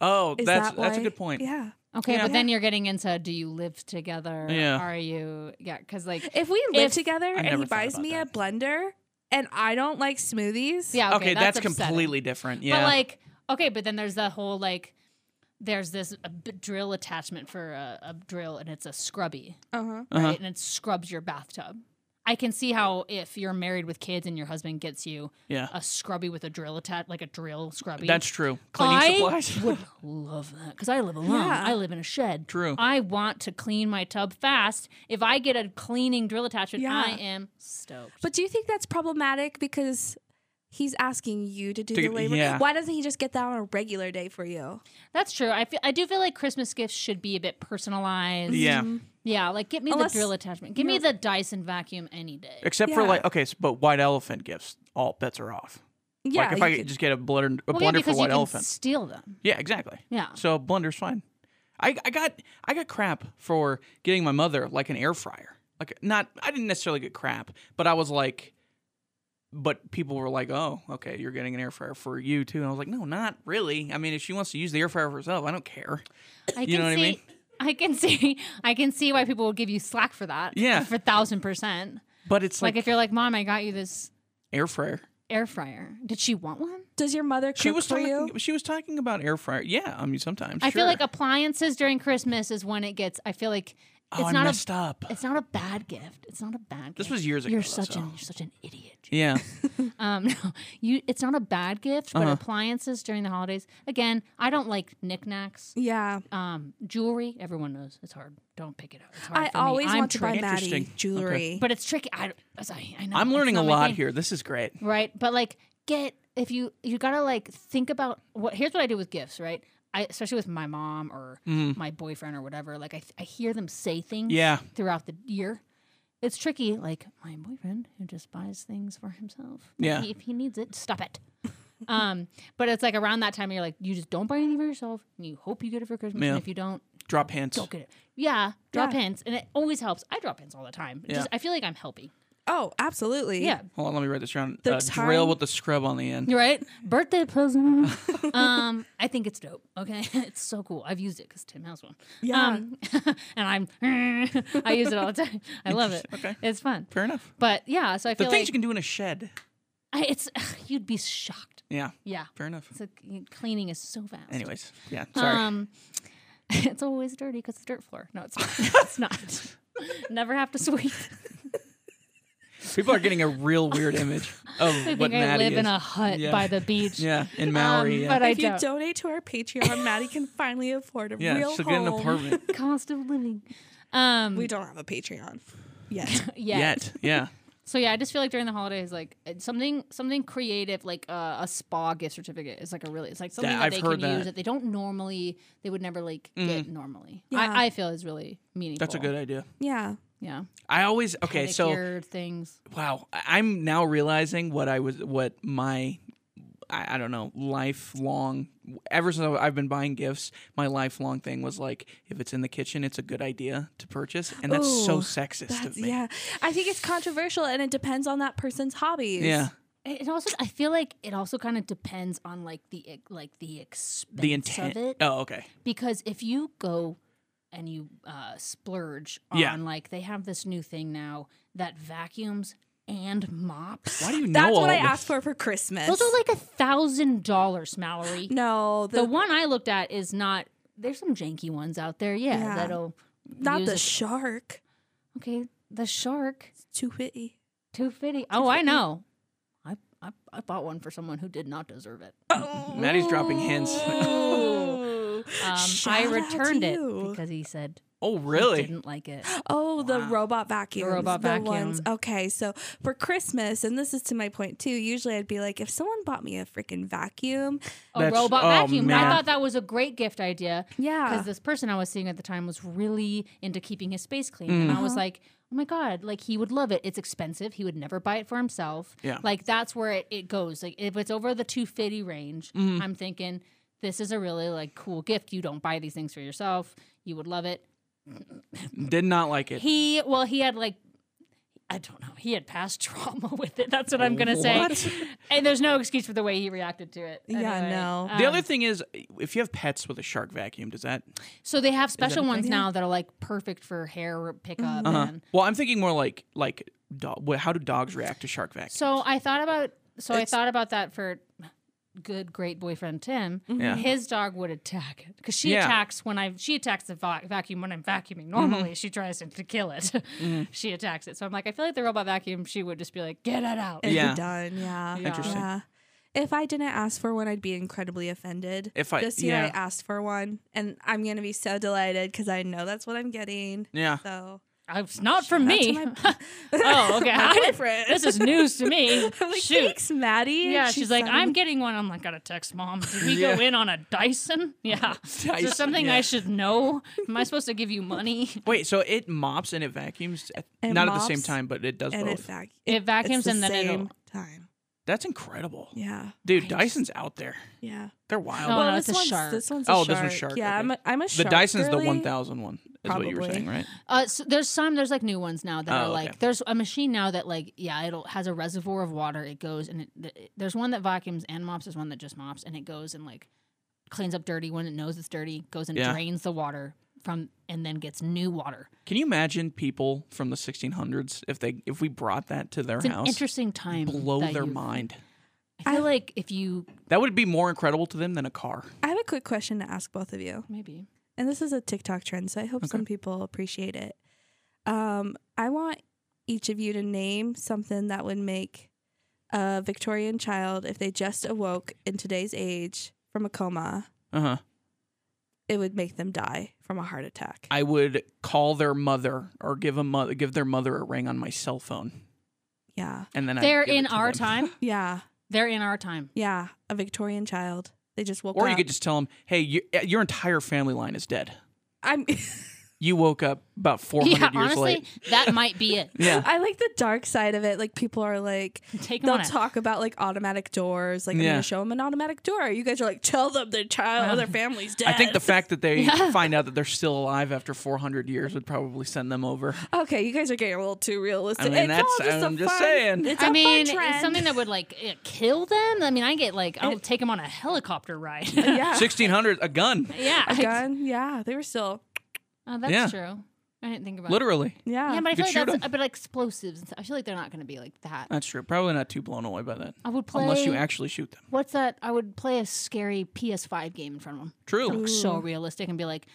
B: Oh,
A: Is
B: that's
A: that
B: that's a
A: why-
B: good point.
A: Yeah.
C: Okay,
B: Yeah.
C: but then you're getting into do you live together?
B: Yeah.
C: Are you yeah? Because like
A: If we live
C: If-
A: together and
B: never
A: he
B: thought
A: buys
B: about
A: me
B: that.
A: a blender and I don't like smoothies,
C: yeah.
B: okay, that's,
C: upsetting.
B: completely different.
C: But
B: Yeah.
C: like okay, but then there's the whole like there's this uh, b- drill attachment for a, a drill and it's a scrubby
A: Uh huh.
B: Uh-huh.
C: right? and it scrubs your bathtub. I can see how if you're married with kids and your husband gets you
B: yeah.
C: a scrubby with a drill attached, like a drill scrubby.
B: That's true. Cleaning
C: I
B: supplies.
C: would love that because I live alone.
A: Yeah.
C: I live in a shed.
B: True.
C: I want to clean my tub fast. If I get a cleaning drill attachment,
A: Yeah.
C: I am stoked.
A: But do you think that's problematic because he's asking you to do
B: To-
A: the labor?
B: yeah.
A: Why doesn't he just get that on a regular day for you?
C: That's true. I feel, I do feel like Christmas gifts should be a bit personalized.
B: yeah.
C: Yeah, like get me
A: Unless
C: the drill attachment. Give me the Dyson vacuum any day.
B: Except for
A: Yeah.
B: like okay, so, but white elephant gifts, all bets are off.
A: Yeah.
B: like if
A: you
B: I
A: could-
B: just get a blender, a
C: Well, yeah,
B: blender for
C: because you
B: white
C: can
B: elephant.
C: steal them.
B: yeah, exactly.
C: Yeah.
B: So blender's fine. I, I got I got crap for getting my mother like an air fryer. Like not I didn't necessarily get crap, but I was like but people were like, "Oh, okay, you're getting an air fryer for you too." And I was like, "No, not really. I mean, if she wants to use the air fryer for herself, I don't care."
C: I
B: You know what I
C: see,
B: mean?
C: I can see. I can see why people will give you slack for that.
B: Yeah.
C: for thousand percent.
B: But it's
C: Like,
B: like,
C: if you're like, Mom, I got you this
B: air fryer.
C: air fryer. Did she want one?
A: does your mother cook
B: She was
A: for
B: talking
A: you?
B: she was talking about air fryer. Yeah, I mean sometimes.
C: I feel like
B: sure.
C: appliances during Christmas is when it gets. I feel like it's
B: Oh, I
C: not
B: messed
C: a.
B: up.
C: It's not a bad gift. It's not a bad.
B: This
C: gift.
B: was years ago,
C: You're
B: though,
C: such
B: so-
C: an you're such an idiot. Jake.
B: Yeah.
C: Um, no, you. It's not a bad gift,
B: Uh-huh.
C: but appliances during the holidays. Again, I don't like knickknacks.
A: Yeah.
C: Um, jewelry. Everyone knows it's hard. Don't pick it up. It's hard
A: I
C: for me.
A: always
C: I'm
A: want to buy
C: tricky.
A: Maddie
B: Interesting.
A: jewelry.
C: but it's tricky. I, I, I know
B: I'm
C: it's
B: learning a
C: not my
B: lot
C: thing.
B: here. This is great.
C: right? But like, get if you you gotta like think about what. Here's what I do with gifts, right? I especially with my mom or my boyfriend or whatever. Like I, I hear them say things
B: Mm-hmm. Yeah.
C: throughout the year, It's tricky. Like my boyfriend who just buys things for himself.
B: Yeah.
C: He- if he needs it, stop it. um, but it's like around that time you're like, you just don't buy anything for yourself, and you hope you get it for Christmas.
B: Yeah.
C: And if you don't,
B: Drop hints.
C: don't get it. Yeah, drop
A: Yeah.
C: hints, and it always helps. I drop hints all the time. It
B: Yeah.
C: Just I feel like I'm helping.
A: Oh, absolutely.
C: Yeah,
B: Hold on, let me write this down.
A: The
B: uh, drill
A: time-
B: with the scrub on the end.
C: You're right. Birthday present. um, I think it's dope. Okay, it's so cool. I've used it because Tim has one.
A: Yeah.
C: Um, and I'm I use it all the time. I love it.
B: Okay.
C: It's fun.
B: Fair enough.
C: But yeah, so I
B: The
C: feel
B: things
C: like
B: you can do in a shed.
C: I, it's you'd be shocked.
B: Yeah.
C: Yeah.
B: Fair enough.
C: It's like you- cleaning is so fast.
B: Anyways, yeah. Sorry.
C: Um, it's always dirty because it's dirt floor. No, it's not. it's not. Never have to sweep.
B: People are getting a real weird image of
C: I
B: what
C: think I
B: Maddie
C: live
B: is.
C: in a hut
B: Yeah.
C: by the beach.
B: yeah, in
C: Um,
B: Maori. yeah,
C: but I
A: if you
C: don't.
A: donate to our Patreon, Maddie can finally afford a
B: yeah
A: real
B: she'll
A: home.
B: get an apartment
C: Cost of living. Um,
A: We don't have a Patreon yet.
C: yet.
B: yet. Yeah.
C: So yeah, I just feel like during the holidays, like it's something something creative, like uh, a spa gift certificate, is like a really it's like something
B: Yeah,
C: that
B: I've
C: they
B: heard
C: can
B: that. Mm-hmm.
C: use that they don't normally they would never like get normally.
A: Yeah.
C: I, I feel is really meaningful.
B: That's a good idea.
A: yeah.
C: yeah.
B: I always okay. So
C: Manicured things.
B: wow, I- I'm now realizing what I was, what my, I, I don't know, lifelong. Ever since I've been buying gifts, my lifelong thing was like, if it's in the kitchen, it's a good idea to purchase, and that's so
C: Oh,
A: Ooh,
B: sexist
A: That's,
B: of me.
A: yeah. I think it's controversial and it depends on that person's hobbies.
B: Yeah.
C: It it also I feel like it also kind of depends on like the like the expense
B: the intent.
C: of it.
B: Oh, okay.
C: because if you go and you uh, splurge on
B: Yeah.
C: like they have this new thing now that vacuums and mops.
B: Why do you know
A: That's
B: all
A: what I
B: this?
A: asked for for Christmas.
C: Those are like a thousand dollars, Mallory.
A: no, the,
C: The one I looked at is not. There's some janky ones out there, yeah.
A: Yeah.
C: That'll
A: not
C: use
A: the
C: it.
A: shark.
C: okay. The shark
A: It's too witty.
C: two fifty. Oh, I know. I, I I bought one for someone who did not deserve it.
B: Maddie's dropping hints.
C: Ooh. Um,
A: Shout
C: I
A: out to
C: returned it
A: you.
C: because he said
B: oh,
C: he
B: really?
C: didn't like it.
A: Oh, the robot vacuums.
C: robot
A: the
C: vacuum.
A: Ones. Okay, so for Christmas, and this is to my point too, usually I'd be like, if someone bought me a freaking vacuum,
C: A
B: That's-
C: robot
B: oh,
C: vacuum. And I
B: man.
C: thought that was a great gift idea.
A: yeah.
C: because this person I was seeing at the time was really into keeping his space clean, and I was
B: Mm-hmm.
C: like, "Oh my god, like he would love it. It's expensive. He would never buy it for himself.
B: Yeah.
C: like that's where it, it goes. Like if it's over the two fifty range,
B: Mm-hmm.
C: I'm thinking this is a really like cool gift. You don't buy these things for yourself. You would love it.
B: Did not like it.
C: He well, he had like. I don't know. He had past trauma with it. That's what I'm gonna
B: What?
C: say. And there's no excuse for the way he reacted to it.
A: Yeah,
C: Anyway,
A: no.
B: the
C: um,
B: other thing is, if you have pets with a shark vacuum, does that?
C: So they have special ones now that are like perfect for hair pickup and
B: uh-huh. Well, I'm thinking more like like dog. wh- How do dogs react to shark vacuum?
C: So I thought about so I thought about that for good great boyfriend Tim.
A: Mm-hmm.
B: Yeah.
C: His dog would attack it because she
B: Yeah.
C: attacks when I she attacks the va- vacuum when I'm vacuuming. Normally
A: Mm-hmm.
C: she tries to, to kill it. she attacks it. So I'm like I feel like the robot vacuum she would just be like get it out.
A: and
B: Yeah.
A: be done. Yeah.
B: Interesting.
A: Yeah. If I didn't ask for one, I'd be incredibly offended.
B: If I-
A: this year I
B: yeah.
A: asked for one, and I'm gonna be so delighted because I know that's what I'm getting.
B: yeah.
A: So
C: I- "Oh, It's not from me.
A: my-
C: oh okay.
A: my
C: I didn't-
A: boyfriend.
C: this is news to me.
A: I'm like,
C: Shoot.
A: thanks, Maddie. And
C: Yeah, she's, like,
A: sending
C: I'm
A: me-
C: getting one. I'm like, gotta text mom. Did we
B: Yeah.
C: go in on a Dyson? Yeah. Is
B: Dyson,
C: there something
B: yeah.
C: I should know? Am I supposed to give you money?
B: Wait, so it mops and it vacuums, at,
A: It
B: not at the same
A: mops
B: time, but it does
A: and it,
B: both.
A: vac-
C: It
A: it's
C: vacuums
A: the
C: and then it'll-
A: same time.
B: That's incredible,
A: Yeah.
B: dude.
C: I just-
B: Dyson's out there.
A: Yeah.
B: They're wild.
C: Oh,
A: well,
C: no,
A: this
C: it's a
A: one's
C: shark.
A: this one's a
B: Oh,
A: shark.
B: this one's shark,
A: Yeah,
B: okay.
A: I'm a, I'm a
B: the
A: shark.
B: Dyson's
A: girly.
B: the 1,000 one, is what you were
A: Probably.
B: saying, right?
C: Uh, so there's some. There's like new ones now that
B: Oh,
C: are like.
B: okay.
C: There's a machine now that like yeah, it'll has a reservoir of water. It goes and it, th- there's one that vacuums and mops. There's one that just mops and it goes and like cleans up dirty when it knows it's dirty. Goes and
B: Yeah.
C: drains the water from and then gets new water.
B: Can you imagine people from the 1600s if they if we brought that to their
C: It's an
B: house?
C: interesting time.
B: blow
C: that
B: their
C: you-
B: mind.
C: I feel like if you
B: That would be more incredible to them than a car.
A: I have a quick question to ask both of you.
C: maybe
A: and this is a TikTok trend, so I hope some people appreciate it. Um, I want each of you to name something that would make a Victorian child, if they just awoke in today's age from a coma,
B: Uh huh.
A: it would make them die from a heart attack.
B: I would call their mother or give a mother give their mother a ring on my cell phone,
A: yeah,
B: and then I'd
C: they're
B: give it
C: in
B: to
C: our
B: them.
C: time.
A: yeah,
C: They're in our time.
A: yeah. A Victorian child. They just woke
B: Or
A: up.
B: you could just tell them, "Hey, you, your entire family line is dead."
A: I'm.
B: you woke up about 400
C: Yeah,
B: years
C: honestly,
B: late.
C: that might be it.
B: Yeah.
A: I like the dark side of it. Like people are like,
C: Take them
A: they'll
C: on it.
A: talk about like automatic doors. Like I'm
B: Yeah.
A: gonna show them an automatic door. You guys are like, tell them their child,
C: Wow.
A: their family's dead.
B: I think the fact that they
C: Yeah.
B: find out that they're still alive after 400 years would probably send them over.
A: okay, you guys are getting a little too realistic.
B: I mean,
A: it's all
B: that's-
A: just a
B: I'm just
A: fun-
B: saying.
A: It's
C: I mean,
A: a fun
C: it's
A: trend.
C: something that would like eh, kill them. I mean, I get like I'll take them on a helicopter ride.
A: yeah,
B: 1600, a gun.
C: yeah,
A: a gun. Yeah, they were still.
C: Oh, that's
B: Yeah.
C: true. I didn't think about
B: Literally.
A: Yeah,
C: That. Yeah, but I
B: could
C: feel like
B: shoot
C: that's
B: 'em.
C: but like explosives. And stuff. I feel like they're not going to be like that.
B: That's true. Probably not too blown away by that.
C: I would play.
B: Unless you actually shoot them.
C: what's that? I would play a scary PS5 game in front of them.
B: True.
C: Look so realistic and be like,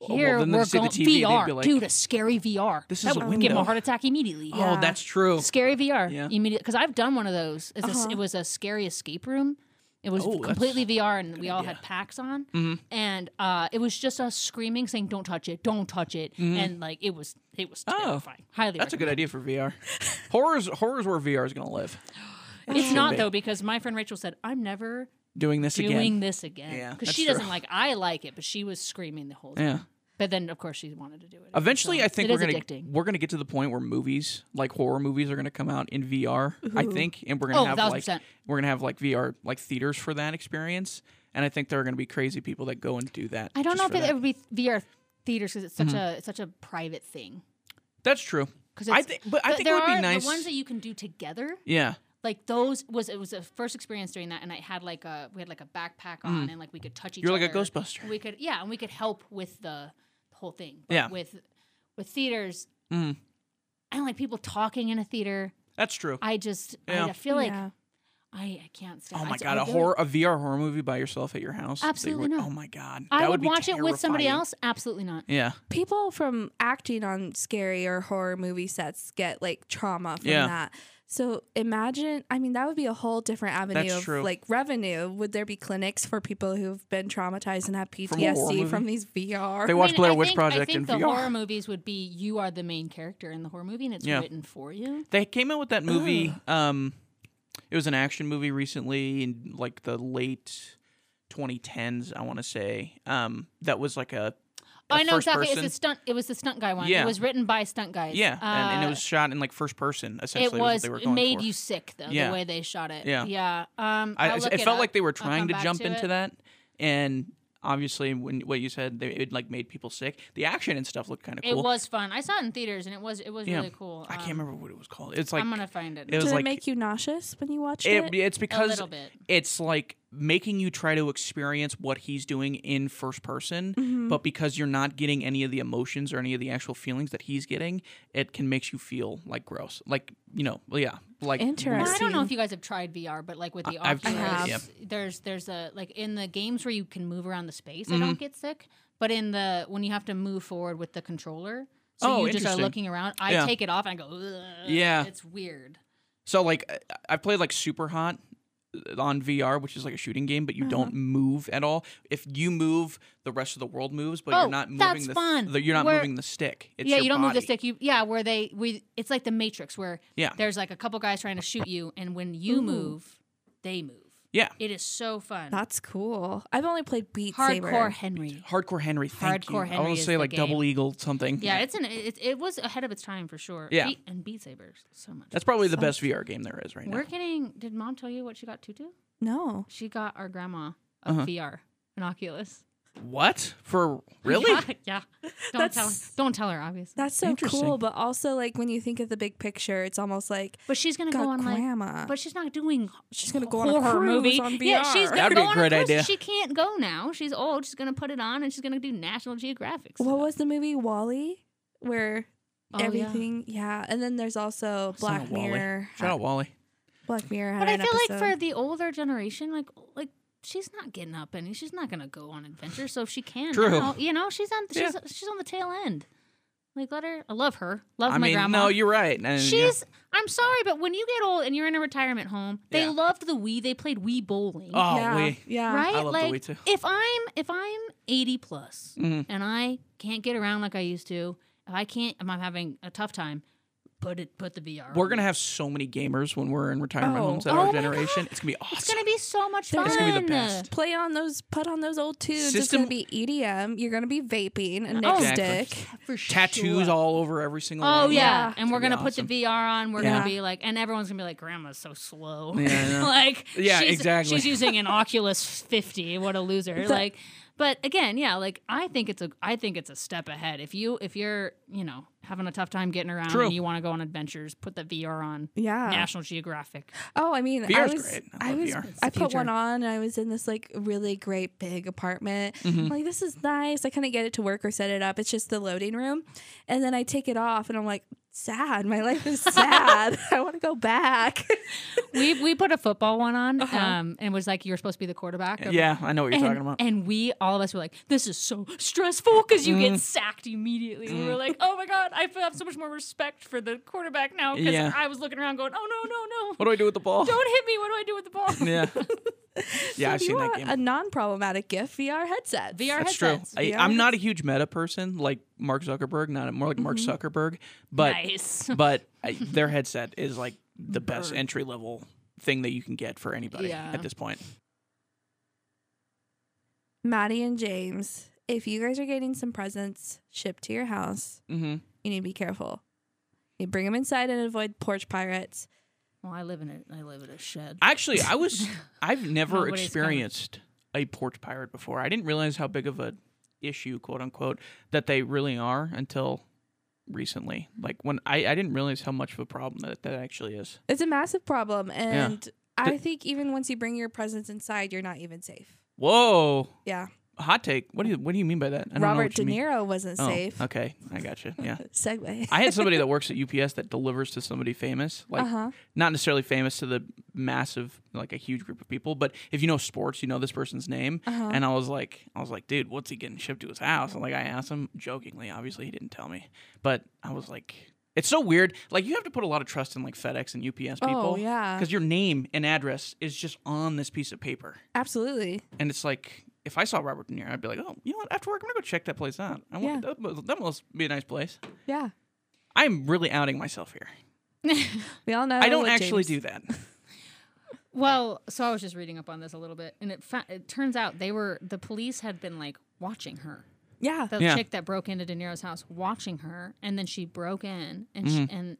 B: Oh, well,
C: here
B: then they'd
C: we're
B: see the
C: going
B: TV, they'd be
C: VR,
B: like,
C: dude, a scary VR.
B: This
C: that
B: is a
C: would give them
B: window.
C: a heart attack immediately.
A: Yeah.
B: Oh, that's true.
C: Scary VR.
B: Yeah.
C: Immediate because I've done one of those. It's a s-
A: Uh-huh.
C: it was a scary escape room. It was
B: Oh, that's
C: completely VR, and we all
B: idea. Mm-hmm.
C: had packs on, and uh, it was just us screaming, saying, "Don't touch it! Don't touch it!" And like it was, it was
B: Mm-hmm. Oh,
C: terrifying. Highly,
B: That's a good idea for VR. Horrors, horrors where VR is going to live.
C: recommend. It's not
B: be.
C: though because my friend Rachel said, "I'm never
B: Doing this
C: doing
B: again.
C: this again."
B: Yeah,
C: because
B: that's
C: she
B: true.
C: doesn't like. I like it, but she was screaming the whole time.
B: Yeah.
C: But then, of course, she wanted to do it.
B: Eventually,
C: So
B: I think
C: it
B: we're
C: is
B: gonna
C: addicting.
B: we're gonna get to the point where movies, like horror movies, are gonna come out in VR. I think, and we're gonna
C: Oh,
B: have
C: 1000%.
B: like we're gonna have like VR like theaters for that experience. And I think there are gonna be crazy people that go and do that.
C: I don't
B: just
C: know if
B: for
C: it,
B: that. Mm-hmm.
C: it would be VR theaters because it's such a it's such a private thing.
B: That's true.
C: 'Cause
B: I
C: it's-
B: think, but I
C: But
B: think it
C: there
B: would
C: are
B: be nice.
C: the ones that you can do together.
B: yeah,
C: Like those was it was a first experience doing that, and I had like a we had like a backpack on, and like we could touch each.
B: Mm. You're
C: other.
B: like a Ghostbuster.
C: We could yeah, and we could help with the whole thing.
B: Yeah.
C: With with theaters,
B: Mm.
C: I don't like people talking in a theater.
B: that's true.
C: I just I-
B: Yeah.
C: I, feel like
A: Yeah.
C: I, I can't stand.
B: oh my
C: I,
B: god,
C: I
B: a
C: really-
B: horror, a VR horror movie by yourself at your house. They
C: Absolutely
B: would-
C: not.
B: Oh my god,
C: I
B: that
C: would
B: be
C: watch it with somebody
B: terrifying.
C: else. Absolutely not.
B: Yeah,
A: people from acting on scary or horror movie sets get like trauma from
B: Yeah.
A: that. So imagine, I mean, that would be a whole different avenue
B: That's
A: of
B: true.
A: like revenue. Would there be clinics for people who've been traumatized and have
B: From a horror
A: PTSD
B: movie?
A: from, these VR?
B: they watch
C: I mean,
B: Blair
C: I
B: Witch
C: think,
B: Project
C: I think
B: in
C: the
B: VR.
C: horror movies would be you are the main character in the horror movie, and it's
B: Yeah.
C: written for you.
B: They came out with that movie.
C: Ah.
B: Um, it was an action movie recently in like the late 2010s, I want to say. Um, that was like a. a
C: I know
B: first
C: exactly.
B: Person.
C: It's a stunt. It was the stunt guy one.
B: Yeah.
C: It was written by stunt guys.
B: yeah, and, and it
C: Uh,
B: was shot in like first person.
C: It
B: Essentially, was what
C: was.
B: they were
C: It
B: going
C: made
B: for.
C: you sick though.
B: Yeah.
C: The way they shot it.
B: Yeah.
C: Yeah. Um.
B: I,
C: I'll
B: it
C: look
B: it felt
C: up.
B: like they were
C: I'll
B: trying
C: come
B: to
C: back
B: jump
C: to
B: into
C: it.
B: that, and obviously, when what you said, they, it like made people sick. The action and stuff looked kind of
C: It
B: cool.
C: was fun. I saw it in theaters, and it was it was
B: Yeah.
C: really cool.
B: I can't
C: Um,
B: remember what it was called. It's like
C: I'm gonna find it.
B: it was
A: Did
B: like
A: it make you nauseous when you watched it?
B: it, it's
C: a
B: because
C: little bit.
B: it's like making you try to experience what he's doing in first person
C: Mm-hmm.
B: but because you're not getting any of the emotions or any of the actual feelings that he's getting it can makes you feel like gross like you know well, yeah like weird.
A: Interesting.
C: Well, I don't know if you guys have tried VR, but like with the
B: I've
C: Oculus,
A: tried it,
C: there's there's a like in the games where you can move around the space,
B: Mm-hmm.
C: I don't get sick. But in the when you have to move forward with the controller, so
B: Oh,
C: you just are
B: interesting.
C: looking around. I
B: Yeah.
C: take it off and I go, "Ugh."
B: Yeah.
C: it's weird.
B: so like I- i played like super hot uh, on VR, which is like a shooting game, but you
C: Uh-huh.
B: don't move at all. If you move, the rest of the world moves, but
C: Oh,
B: you're not moving
C: that's
B: the,
C: fun.
B: the- you're not
C: Where-
B: moving the stick. It's
C: yeah,
B: your
C: you don't move the
B: body.
C: stick. You yeah, where they we it's like the Matrix where
B: Yeah.
C: there's like a couple guys trying to shoot you, and when you move, they move.
B: Yeah.
C: It is so fun.
A: That's cool. I've only played Beat
C: Hardcore
A: Saber.
C: Henry.
B: Hardcore Henry, thank you.
C: Hardcore
B: I
C: Henry
B: want to
C: is
B: say
C: the
B: like double
C: game.
B: eagle something.
C: Yeah, it's an it, it was ahead of its time for sure.
B: Yeah.
C: Beat- and Beat Saber so much.
B: That's probably the best VR game there is right now.
C: We're getting. Did mom tell you what she got Tutu?
A: No.
C: She got our grandma a
B: Uh-huh.
C: VR, an Oculus.
B: What? For really?
C: yeah. Don't tell. Her,
A: That's-
C: don't tell her, obviously.
A: That's so
B: Interesting.
A: cool. But also, like, when you think of the big picture, it's almost like,
C: But she's gonna go
A: God,
C: on like.
A: grandma.
C: But she's not doing.
A: She's gonna go on a
C: horror
A: cruise
C: movie.
A: on VR.
C: Yeah, she's gonna
B: That'd
C: go
B: be a
C: on
B: great
C: cruise.
B: idea.
C: She can't go now. She's old. She's gonna put it on and she's gonna do National Geographic.
A: What
C: stuff.
A: was the movie Wally? Where
C: Oh, yeah.
A: everything, yeah. And then there's also Black
B: Shout out Wally.
A: Mirror.
B: Shout out Wally.
A: Black Mirror. Had
C: But I
A: an
C: feel like for
A: episode.
C: the older generation, like like she's not getting up and she's not gonna go on adventures. So if she can,
B: True.
C: now, you know, she's on she's
B: Yeah.
C: she's on the tail end. Like let her. I love her. Love
B: I
C: my
B: mean,
C: grandma.
B: no, you're right. And, yeah.
C: She's. I'm sorry, but when you get old and you're in a retirement home, they
B: Yeah.
C: loved the Wii. They played Wii bowling.
B: Oh,
A: yeah,
B: we.
A: yeah.
C: right?
B: I love the
C: like
B: Wii too.
C: if I'm if I'm 80 plus
B: Mhm.
C: and I can't get around like I used to, if I can't, if I'm having a tough time. put it put the VR.
B: We're gonna have so many gamers when we're in retirement
A: Oh.
B: homes at
C: Oh
B: our
C: my
B: generation. It's gonna be awesome.
C: It's gonna be so much
A: They're
C: fun.
A: just
B: gonna be the best.
A: Play on those, put on those old tunes. It's
B: System-
A: gonna be EDM. You're gonna be vaping and next
B: Exactly.
A: dick.
C: For sure.
B: Tattoos all over every single.
C: Oh
B: one.
C: yeah.
A: Yeah.
C: and we're
B: It's
C: gonna
B: gonna be
C: put the VR on. We're
A: Yeah.
C: gonna be like, and everyone's gonna be like, "Grandma's so slow."
B: Yeah, I know.
C: like,
B: Yeah,
C: she's,
B: exactly.
C: She's using an Oculus 50. What a loser!
A: The-
C: like, but again, yeah, like I think it's a I think it's a step ahead. If you if you're you know having a tough time getting around
B: True.
C: and you want to go on adventures, put the VR on.
A: Yeah.
C: National Geographic.
A: Oh, I mean, I
B: VR's
A: was,
B: great. I
A: I,
B: love
A: was,
B: VR. It's
A: I
C: the
A: put one
C: future.
A: on, and I was in this like really great big apartment.
B: Mm-hmm.
A: I'm like, this is nice. I couldn't get it to work or set it up. It's just the loading room, and then I take it off, and I'm like, sad. My life is sad. I want to go back.
C: We we put a football one on,
A: Uh-huh.
C: um, and it was like you're supposed to be the quarterback. of-
B: Yeah, I know what you're
C: and,
B: talking about.
C: and we all of us were like, "This is so stressful because you get sacked immediately." We were like, "Oh my god, I feel- have so much more respect for the quarterback now." Because
B: Yeah.
C: I was looking around, going, "Oh no, no, no!
B: what do I do with the ball?
C: Don't hit me! What do I do with the ball?"
B: yeah. yeah, I've
A: Do you
B: seen that
A: want
B: game.
A: a non-problematic gift? VR headset.
C: VR
B: That's true.
C: headsets.
B: I,
A: VR
B: I'm not a huge meta person like Mark Zuckerberg, not more like
C: Mm-hmm.
B: Mark Zuckerberg, but
C: nice.
B: but I, their headset is like the best entry level thing that you can get for anybody
C: Yeah.
B: at this point.
A: Maddie and James, if you guys are getting some presents shipped to your house,
B: Mm-hmm.
A: you need to be careful. You bring them inside and avoid porch pirates.
C: Well, I live in a I live in a shed.
B: Actually, I was I've never
C: Nobody's coming.
B: experienced a porch pirate before. I didn't realize how big of a issue, quote unquote, that they really are until recently. Like when I, I didn't realize how much of a problem that that actually is.
A: It's a massive problem, and I
B: Th-
A: think even once you bring your presents inside, you're not even safe.
B: Whoa,
A: Yeah,
B: hot take. What do you what do you mean by that? I don't know
A: Robert
B: what
A: De
B: you mean.
A: Niro wasn't
B: Oh,
A: safe.
B: Okay, I gotcha. Yeah.
A: Segway.
B: I had somebody that works at UPS that delivers to somebody famous, like
A: uh huh.
B: not necessarily famous to the massive, like a huge group of people, but if you know sports, you know this person's name.
A: Uh-huh.
B: And I was like, I was like, dude, what's he getting shipped to his house? And like, I asked him jokingly. Obviously, he didn't tell me, but I was like, it's so weird. Like, you have to put a lot of trust in like FedEx and UPS people,
A: Oh yeah,
B: because your name and address is just on this piece of paper,
A: absolutely.
B: and it's like. If I saw Robert De Niro, I'd be like, "Oh, you know what? After work, I'm gonna go check that place out. I want, that, must- that must be a nice place."
A: Yeah,
B: I'm really outing myself here.
A: we all know.
B: I don't actually do that.
C: Well, so I was just reading up on this a little bit, and it fa- it turns out they were the police had been like watching her.
A: Yeah,
C: the
B: Yeah.
C: chick that broke into De Niro's house watching her, and then she broke in, and
B: Mm-hmm.
C: she, and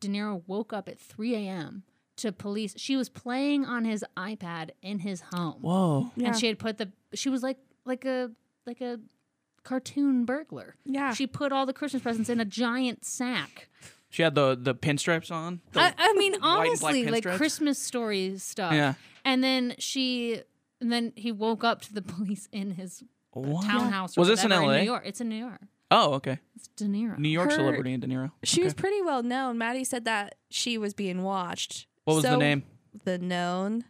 C: De Niro woke up at 3 a.m. to police. She was playing on his iPad in his home,
B: Whoa.
A: yeah,
C: and she had put the she was like like a like a cartoon burglar.
A: yeah.
C: She put all the Christmas presents in a giant sack.
B: She had the the pinstripes on. The-
C: I, I
B: white
C: mean,
B: and black
C: honestly, like
B: pinstripes?
C: Christmas story stuff.
B: Yeah.
C: And then she, and then he woke up to the police in his
B: What?
C: townhouse.
B: Oh,
C: Or
B: Was this in
C: whatever
B: LA?
C: New York. It's in New York.
B: Oh, okay.
C: It's De Niro.
B: New York
A: Her-
B: celebrity and De Niro.
A: She was
B: Okay.
A: pretty well known. Maddie said that she was being watched.
B: What was the
A: So,
B: name?
A: The known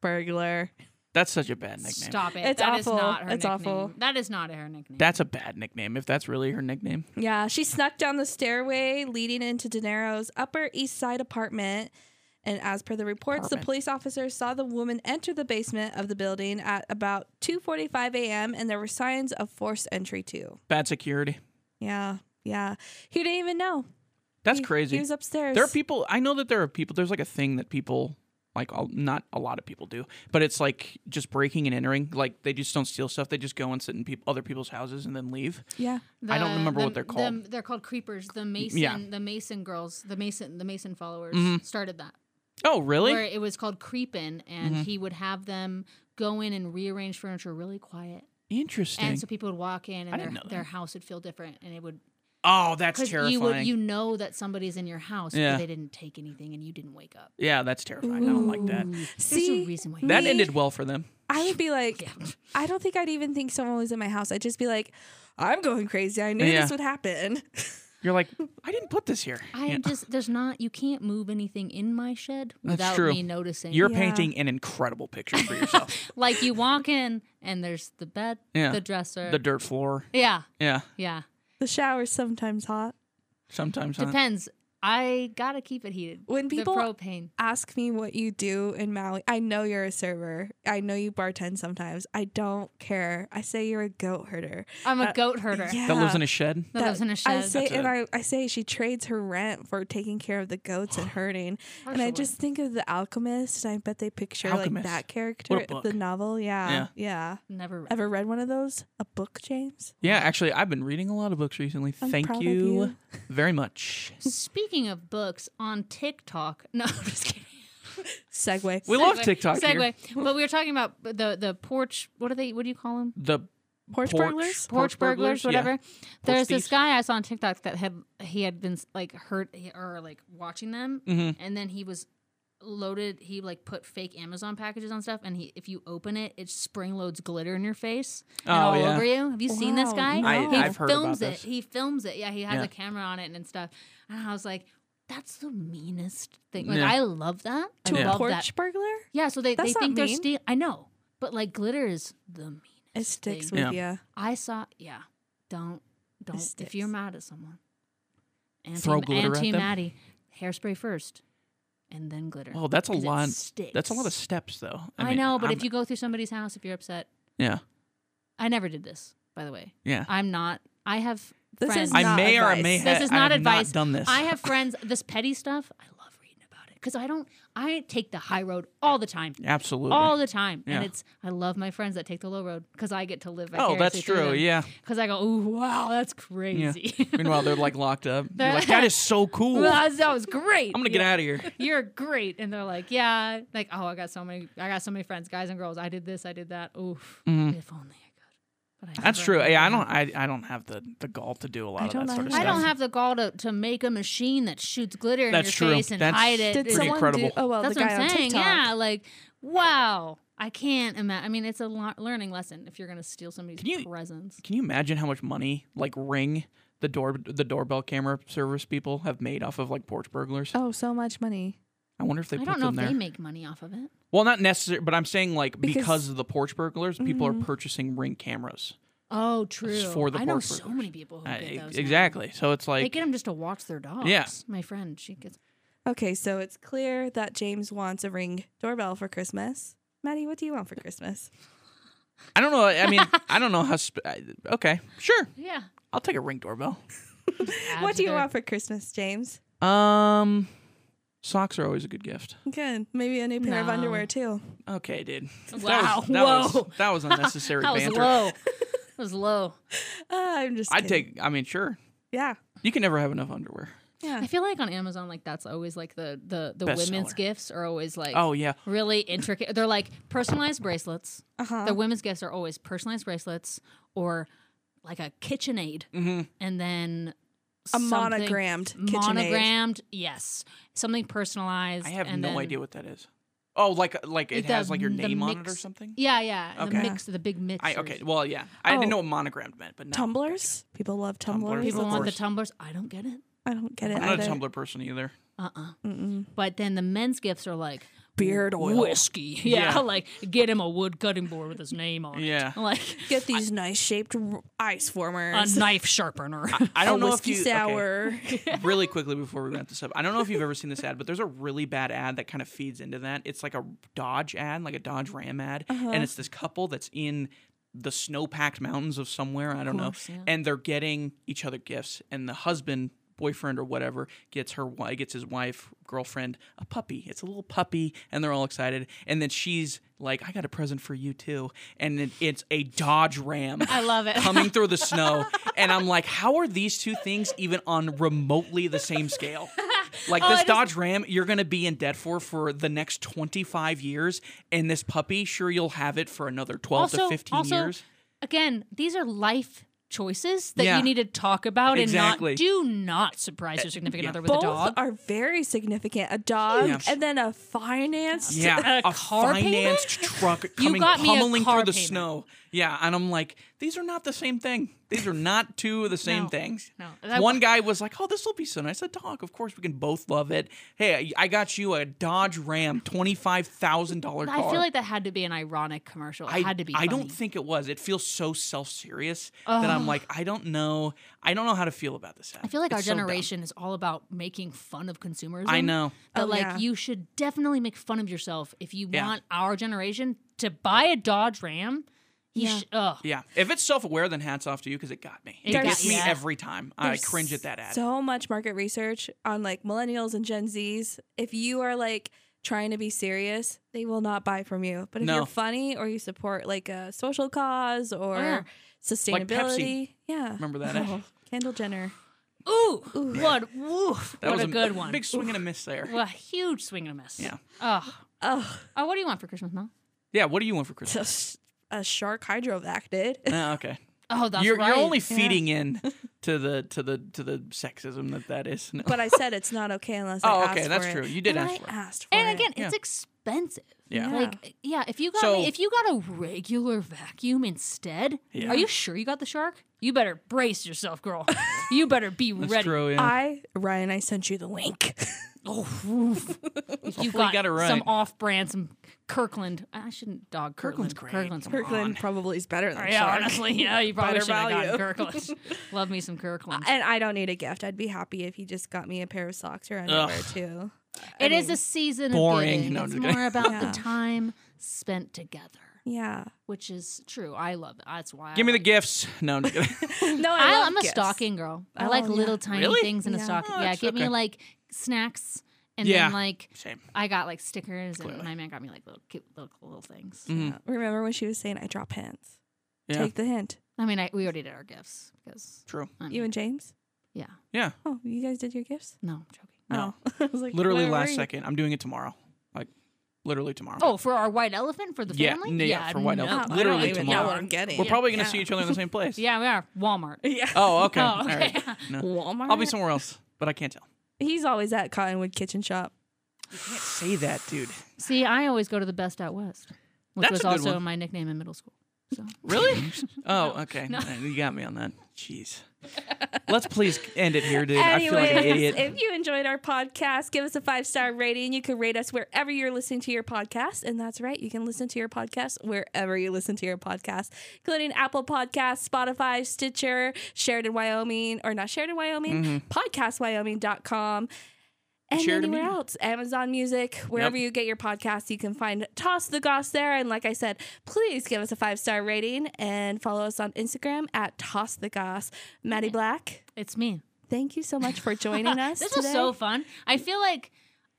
A: burglar.
B: That's such a bad nickname.
C: Stop it.
A: It's
C: That is
A: awful.
C: not her
A: It's
C: nickname.
A: awful.
C: That is not her nickname.
B: That's a bad nickname. If that's really her nickname.
A: Yeah, she snuck down the stairway leading into De Niro's Upper East Side apartment. And as per the reports,
B: Apartment.
A: the police officers saw the woman enter the basement of the building at about 2:45 a.m. and there were signs of forced entry too.
B: Bad security.
A: Yeah, yeah. He didn't even know.
B: That's
A: He-
B: crazy.
A: He was upstairs.
B: There are people. I know that there are people. There's like a thing that people like. I'll, not a lot of people do, but it's like just breaking and entering. Like they just don't steal stuff. They just go and sit in peop other people's houses and then leave.
A: yeah.
B: I don't remember what they're
C: the-
B: called.
C: they're called creepers. The Mason, the Mason girls, the Mason, the Mason followers started that.
B: Oh, Mm-hmm. really? Mm-hmm.
C: Where it was called creepin', and he would have them go in and rearrange furniture really quiet,
B: Interesting.
C: and so people would walk in,
B: I
C: and
B: didn't
C: their,
B: know that.
C: their house would feel different, and it would
B: oh, that's terrifying.
C: you would you know that somebody's in your house,
B: Yeah.
C: but they didn't take anything, and you didn't wake up.
B: yeah, that's terrifying. I don't like that.
A: See,
C: There's a reason why.
B: That
A: Me-
B: ended well for them.
A: I would be like, I don't think I'd even think someone was in my house. I'd just be like, I'm going crazy. I knew
B: Yeah.
A: this would happen.
B: You're like, I didn't put this here.
C: I
B: Yeah.
C: just there's not you can't move anything in my shed without
B: true.
C: me noticing.
B: You're
A: Yeah.
B: painting an incredible picture for yourself.
C: like you walk in and there's the bed,
B: Yeah.
C: the dresser,
B: the dirt floor.
C: yeah,
B: Yeah.
C: yeah.
A: the shower's sometimes hot.
B: Sometimes. huh?
C: Depends. I gotta keep it heated.
A: When people
C: the propane.
A: ask me what you do in Maui, I know you're a server. I know you bartend sometimes. I don't care. I say you're a goat herder.
C: I'm a
A: that-
C: goat herder.
A: Yeah.
B: That lives in a shed.
C: That, lives in a shed.
A: I say,
B: That's
A: and
B: it.
A: I, I say she trades her rent for taking care of the goats and herding. and I
C: Partially.
A: just think of The Alchemist, and I bet they picture like
B: Alchemist. What
A: that
B: a
A: character, the
B: book.
A: novel. Yeah, yeah.
B: Yeah.
C: never read.
A: Ever read one of those? A book, James?
B: Yeah, actually, I've been reading a lot of books recently.
A: I'm
B: Thank
A: proud of
B: you,
A: you.
B: very much.
C: Speaking of books on TikTok, no, I'm just kidding.
A: Segway.
B: We love
C: Segue-
B: TikTok
C: Segue.
B: here.
C: But we were talking about the the porch. What do they? What do you call them?
B: The
A: Porch burglars?
C: Porch, burglars,
B: yeah.
C: whatever. There's this
B: thieves.
C: guy I saw on TikTok that had he had been like hurt or like watching them,
B: Mhm.
C: and then he was loaded. He like put fake Amazon packages on stuff, and he if you open it, it spring loads glitter in your face and
B: Oh,
C: all
B: yeah.
C: over you. Have you seen this
A: Wow,
C: guy?
A: I-
C: he
B: I've heard about
C: films
B: this.
C: it. He films it. Yeah, he has
B: Yeah.
C: a camera on it and stuff. And I was like, that's the meanest thing. Like
B: Yeah.
C: I love that. I
A: To a
C: love
A: porch
C: that.
A: burglar?
C: Yeah, so they,
A: That's
C: they think
A: not
C: they're
A: mean.
C: stealing. I know, but like glitter is the meanest.
A: It sticks
C: thing.
A: with
B: Yeah.
A: you.
C: I saw. Yeah, don't don't. If
A: sticks.
C: you're mad at someone, anti,
B: Throw glitter at
C: anti
B: them?
C: Maddie, hairspray first, and then glitter.
B: Oh, that's a
C: 'Cause it
B: lot.
C: sticks.
B: That's a lot of steps, though.
C: I, know, but
B: I'm-
C: if you go through somebody's house, if you're upset,
B: yeah,
C: I never did this. By the way,
B: yeah,
C: I'm not. I have.
A: This
C: friends.
A: is
B: I
A: not
B: may or I may
A: advice.
B: ha-
C: This is
B: I
C: not
B: have
C: advice.
B: done this.
C: I have friends. This petty stuff. I love reading about it because I don't. I take the high road all the time.
B: absolutely.
C: all the time.
B: Yeah.
C: And it's I love my friends that take the low road because I get to live.
B: oh, that's true. Yeah.
C: Because I go, oh wow, that's crazy.
B: Meanwhile, they're like locked up. You're
C: They're-
B: like, that is so cool. I'm
C: Well, that was great.
B: gonna get out of here.
C: You're great, and they're like, yeah, like oh, I got so many, I got so many friends, guys and girls. I did this, I did that. Oof, if only I could. But I
B: Mm-hmm. That's
C: never-
B: true. Yeah, I don't. I, I don't have the the gall to do a lot of
A: don't
B: that sort of
A: either.
C: I
B: stuff.
C: don't have the gall to, to make a machine that shoots glitter in
B: That's
C: your
B: true.
C: face and
B: That's
C: hide it.
A: Did
C: It's-
B: pretty
A: someone do?
B: incredible.
A: Oh well,
C: That's
A: the
C: what
A: guy
C: I'm
A: on
C: saying.
A: TikTok.
C: Yeah, like wow, I can't imagine. I mean, it's a lo- learning lesson if you're gonna steal somebody's
B: Can you-
C: presents.
B: Can you imagine how much money like Ring, the door the doorbell camera service people have made off of like porch burglars?
A: Oh, so much money.
B: I wonder if they
C: I
B: put
C: don't know if
B: them
C: they
B: there.
C: make money off of it.
B: well, not necessarily, but I'm saying like because,
A: Because-
B: of the porch burglars, people
C: Mm-hmm.
B: are purchasing Ring cameras.
C: Oh, true.
B: for the
C: I know
B: pork
C: so
B: burgers.
C: many people who
B: Uh,
C: get those. now.
B: exactly. So it's
C: They
B: like
C: get them just to watch their dogs.
B: Yeah.
C: My friend, she gets.
A: Okay, so it's clear that James wants a ring doorbell for Christmas. Maddie, what do you want for Christmas?
B: I don't know. I mean, I don't know how. Sp- I- okay, sure.
C: Yeah.
B: I'll take a Ring doorbell.
A: What do you want for Christmas, James?
B: Um, socks are always a good gift.
A: Good. Maybe a new pair of
C: No.
A: underwear too.
B: Okay, dude. That
C: Wow.
B: was- That was,
C: Whoa.
B: that was unnecessary
C: That was
B: banter.
C: low. that was low.
A: Uh, I'm just.
B: I'd
A: kidding.
B: take. I mean, sure.
A: Yeah.
B: You can never have enough underwear.
A: Yeah.
C: I feel like on Amazon, like that's always like the the the
B: Best
C: women's
B: seller.
C: gifts are always like
B: Oh yeah.
C: really intricate. They're like personalized bracelets.
A: Uh huh.
C: The women's gifts are always personalized bracelets or like a KitchenAid,
B: Mm-hmm.
C: and then
A: a
C: something-
A: monogrammed KitchenAid.
C: monogrammed. Yes, something personalized.
B: I have
C: and
B: no
C: then-
B: idea what that is. Oh, like like it
C: The-
B: has like your
C: the
B: name on it or
C: mix-
B: something.
C: Yeah, yeah. The
B: Okay.
C: mix, the big mix.
B: I okay. Well, yeah. I
A: Oh.
B: didn't know what monogrammed meant, but no.
A: Tumblers. People love tumblers.
B: Tumblers.
C: People
A: Of
C: want the
A: course.
C: tumblers. I don't get it.
A: I don't get it
B: I'm not
A: either.
B: a Tumblr person either.
C: Uh uh
A: Mm-mm.
C: But then the men's gifts are like
A: Beard oil.
C: whiskey. Yeah,
B: Yeah.
C: like get him a wood cutting board with his name on
B: Yeah.
C: it. Like
A: Get these nice shaped r- ice
C: a
A: formers.
C: knife sharpener.
B: I don't
A: A
B: know if
A: whiskey
B: you okay,
A: sour.
B: really quickly before we wrap this up. I don't know if you've ever seen this ad, but there's a really bad ad that kind of feeds into that. It's like a Dodge ad, like a Dodge Ram ad,
C: Uh-huh.
B: and it's this couple that's in the snow-packed mountains of somewhere. I don't
C: course,
B: know,
C: yeah.
B: and they're getting each other gifts, and the husband. Boyfriend or whatever gets her wi- gets his wife girlfriend a puppy. It's a little puppy, and they're all excited. And then she's like, "I got a present for you too," and it, it's a Dodge Ram
C: I love it.
B: coming through the snow and i'm like how are these two things even on remotely the same scale like
C: Oh,
B: this dodge ram you're going to be in debt for for the next 25 years and this puppy sure you'll have it for another 12 to 15
C: also,
B: years
C: Again, these are life choices that
B: Yeah.
C: you need to talk about
B: Exactly. Uh,
C: and not do not surprise your significant
B: yeah.
C: other with
A: Both
C: a dog.
A: are very significant. A dog
B: Huge.
A: and then a financed.
B: yeah
C: a car payment?
B: financed truck
C: You
B: coming
C: got me a
B: pummeling
C: car
B: through the
C: payment.
B: snow yeah and i'm like these are not the same thing. These are not two of the same
C: No.
B: things.
C: No, that-
B: One guy was like, "Oh, this will be so nice." A dog, of course, we can both love it. Hey, I I got you a Dodge Ram, twenty five thousand dollar car.
C: I feel like that had to be an ironic commercial. It
B: I,
C: had to be.
B: I
C: funny.
B: don't think it was. It feels so self serious that I'm like, I don't know. I don't know how to feel about this.
C: I feel like our
B: It's so dumb.
C: generation is all about making fun of consumerism.
B: I know.
C: But
A: Oh,
C: like
A: yeah.
C: you should definitely make fun of yourself if you
B: Yeah.
C: want our generation to buy a Dodge Ram. You
A: Yeah.
C: sh- ugh.
B: Yeah. If it's self aware, then hats off to you because it got me. It
C: There's-
B: gets me
C: yeah.
B: every time. I
A: There's
B: cringe at that ad.
A: So much market research on like millennials and Gen Zs. If you are like trying to be serious, they will not buy from you. But if
B: No.
A: you're funny or you support like a social cause or
B: Oh,
C: yeah.
A: sustainability, yeah.
B: Remember that ad?
A: Kendall Jenner.
C: Ooh, what? Woof.
B: That
C: what
B: was
C: a, good one.
B: Big swing and a miss there.
C: Well, huge swing and a miss.
B: Yeah.
C: Ugh.
A: Oh,
C: Oh, what do you want for Christmas, Mom?
B: Yeah. What do you want for Christmas?
A: a shark hydrovac did.
B: Ah, okay.
C: Oh, that's
B: you're,
C: right.
B: you're only feeding in to the to the to the sexism that that is. No.
A: but I said it's not okay unless I
B: Oh,
A: asked
B: okay, that's
A: for it.
B: true. You did
A: And
B: ask
A: I
B: for it.
A: asked for
C: and
A: it.
C: again, it's
B: Yeah.
C: expensive.
B: Yeah.
C: Like, yeah, if you got
B: So-
C: if you got a regular vacuum instead,
B: Yeah.
C: are you sure you got the shark? You better brace yourself, girl. you better be
B: That's
C: ready.
B: true. Yeah.
A: I Ryan, I sent you the link.
C: Oh, oof. If you
B: Hopefully
C: got,
B: got it right.
C: some off-brand, some Kirkland. I shouldn't dog
B: Kirkland's
C: Kirkland.
B: great.
C: Kirkland's
B: Kirkland-
A: Kirkland probably is better than shark.
C: Oh, yeah, honestly, yeah, you probably
A: Better
C: should have gotten
A: value.
C: Kirkland. Love me some Kirkland.
A: And I don't need a gift. I'd be happy if he just got me a pair of socks or underwear
B: Ugh.
A: too.
C: It is a season
B: boring.
C: of giving.
B: No,
C: it's
B: I'm just
C: more about
A: Yeah.
C: the time spent together,
A: Yeah.
C: which is true. I love it. That's why.
B: Give
C: I
B: me the
C: like-
B: gifts. No, I'm just kidding.
A: No, I
C: I,
A: love
C: I'm a
A: gifts.
C: stocking girl. I
A: Oh,
C: like
A: yeah.
C: little tiny
B: Really?
C: things in a
A: Yeah.
C: stocking.
B: Oh,
C: yeah,
B: that's
C: give me
B: okay.
C: like snacks, and
B: Yeah.
C: then like
B: Same.
C: I got like stickers,
B: Clearly.
C: and my man got me like little cute little, little things.
B: Mhm.
A: Remember when she was saying I drop hints?
B: Yeah.
A: Take the hint.
C: I mean, I, we already did our gifts because
B: True.
C: I mean,
A: You and James?
C: Mm. yeah.
B: Yeah.
A: Oh, you guys did your gifts?
C: No, I'm joking.
B: No.
A: Oh. I was like,
B: Literally
A: where were
B: last
A: you?
B: second. I'm doing it tomorrow. Like literally tomorrow.
C: Oh, for our white elephant for the
B: Yeah,
C: family?
B: n- yeah, for white
C: no.
B: elephant.
A: Oh, I
B: Literally
A: don't even
B: tomorrow.
A: know what I'm getting.
B: We're probably gonna
A: Yeah.
B: see each other in the same place.
C: Yeah, we are Walmart.
A: Yeah.
B: Oh, okay.
C: Oh,
B: All right.
C: okay.
B: No.
A: Walmart.
B: I'll be somewhere else, but I can't tell.
A: He's always at Cottonwood Kitchen Shop.
B: Say that, dude.
C: See, I always go to the best out west, which
B: That's
C: was
B: a good
C: also
B: one.
C: my nickname in middle school. So
B: Really? Oh, okay. You got me on that. Jeez. Let's please end it here, dude. I feel like an idiot.
A: if you enjoyed our podcast, give us a five star rating. You can rate us wherever you're listening to your podcast. And that's right, you can listen to your podcast wherever you listen to your podcast, including Apple Podcasts, Spotify, Stitcher, Sheridan, Wyoming, or not Sheridan,
B: Mm-hmm.
A: Wyoming, podcastwyoming.com. And
B: Sheridan
A: anywhere
B: Media.
A: else, Amazon Music, wherever
B: Yep.
A: you get your podcasts, you can find Toss the Goss there. And like I said, please give us a five star rating and follow us on Instagram at Toss the Goss. Maddie Black
C: it's me.
A: thank you so much for joining us.
C: This
A: today.
C: was so fun. I feel like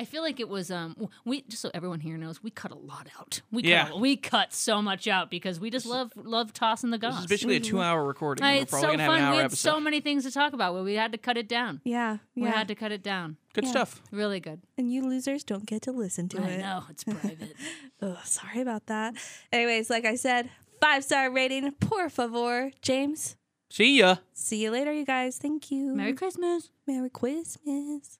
C: I feel like it was um w- we just so everyone here knows we cut a lot out. We cut
B: Yeah.
C: a- we cut so much out because we just love love tossing the
B: This
C: goss.
B: is basically a two-hour recording.
C: Uh,
B: We're
C: it's
B: probably
C: so
B: gonna have
C: fun.
B: an hour
C: we had
B: episode.
C: so many things to talk about where we had to cut it down.
A: Yeah, yeah.
C: We had to cut it down.
B: Good
A: yeah.
B: stuff.
C: Really good.
A: and you losers don't get to listen to
C: I
A: it.
C: know it's private.
A: Ugh, sorry about that. Anyways, like I said, five star rating, por favor. James,
B: See ya.
A: see you later, you guys. Thank you.
C: Merry Christmas.
A: Merry Christmas.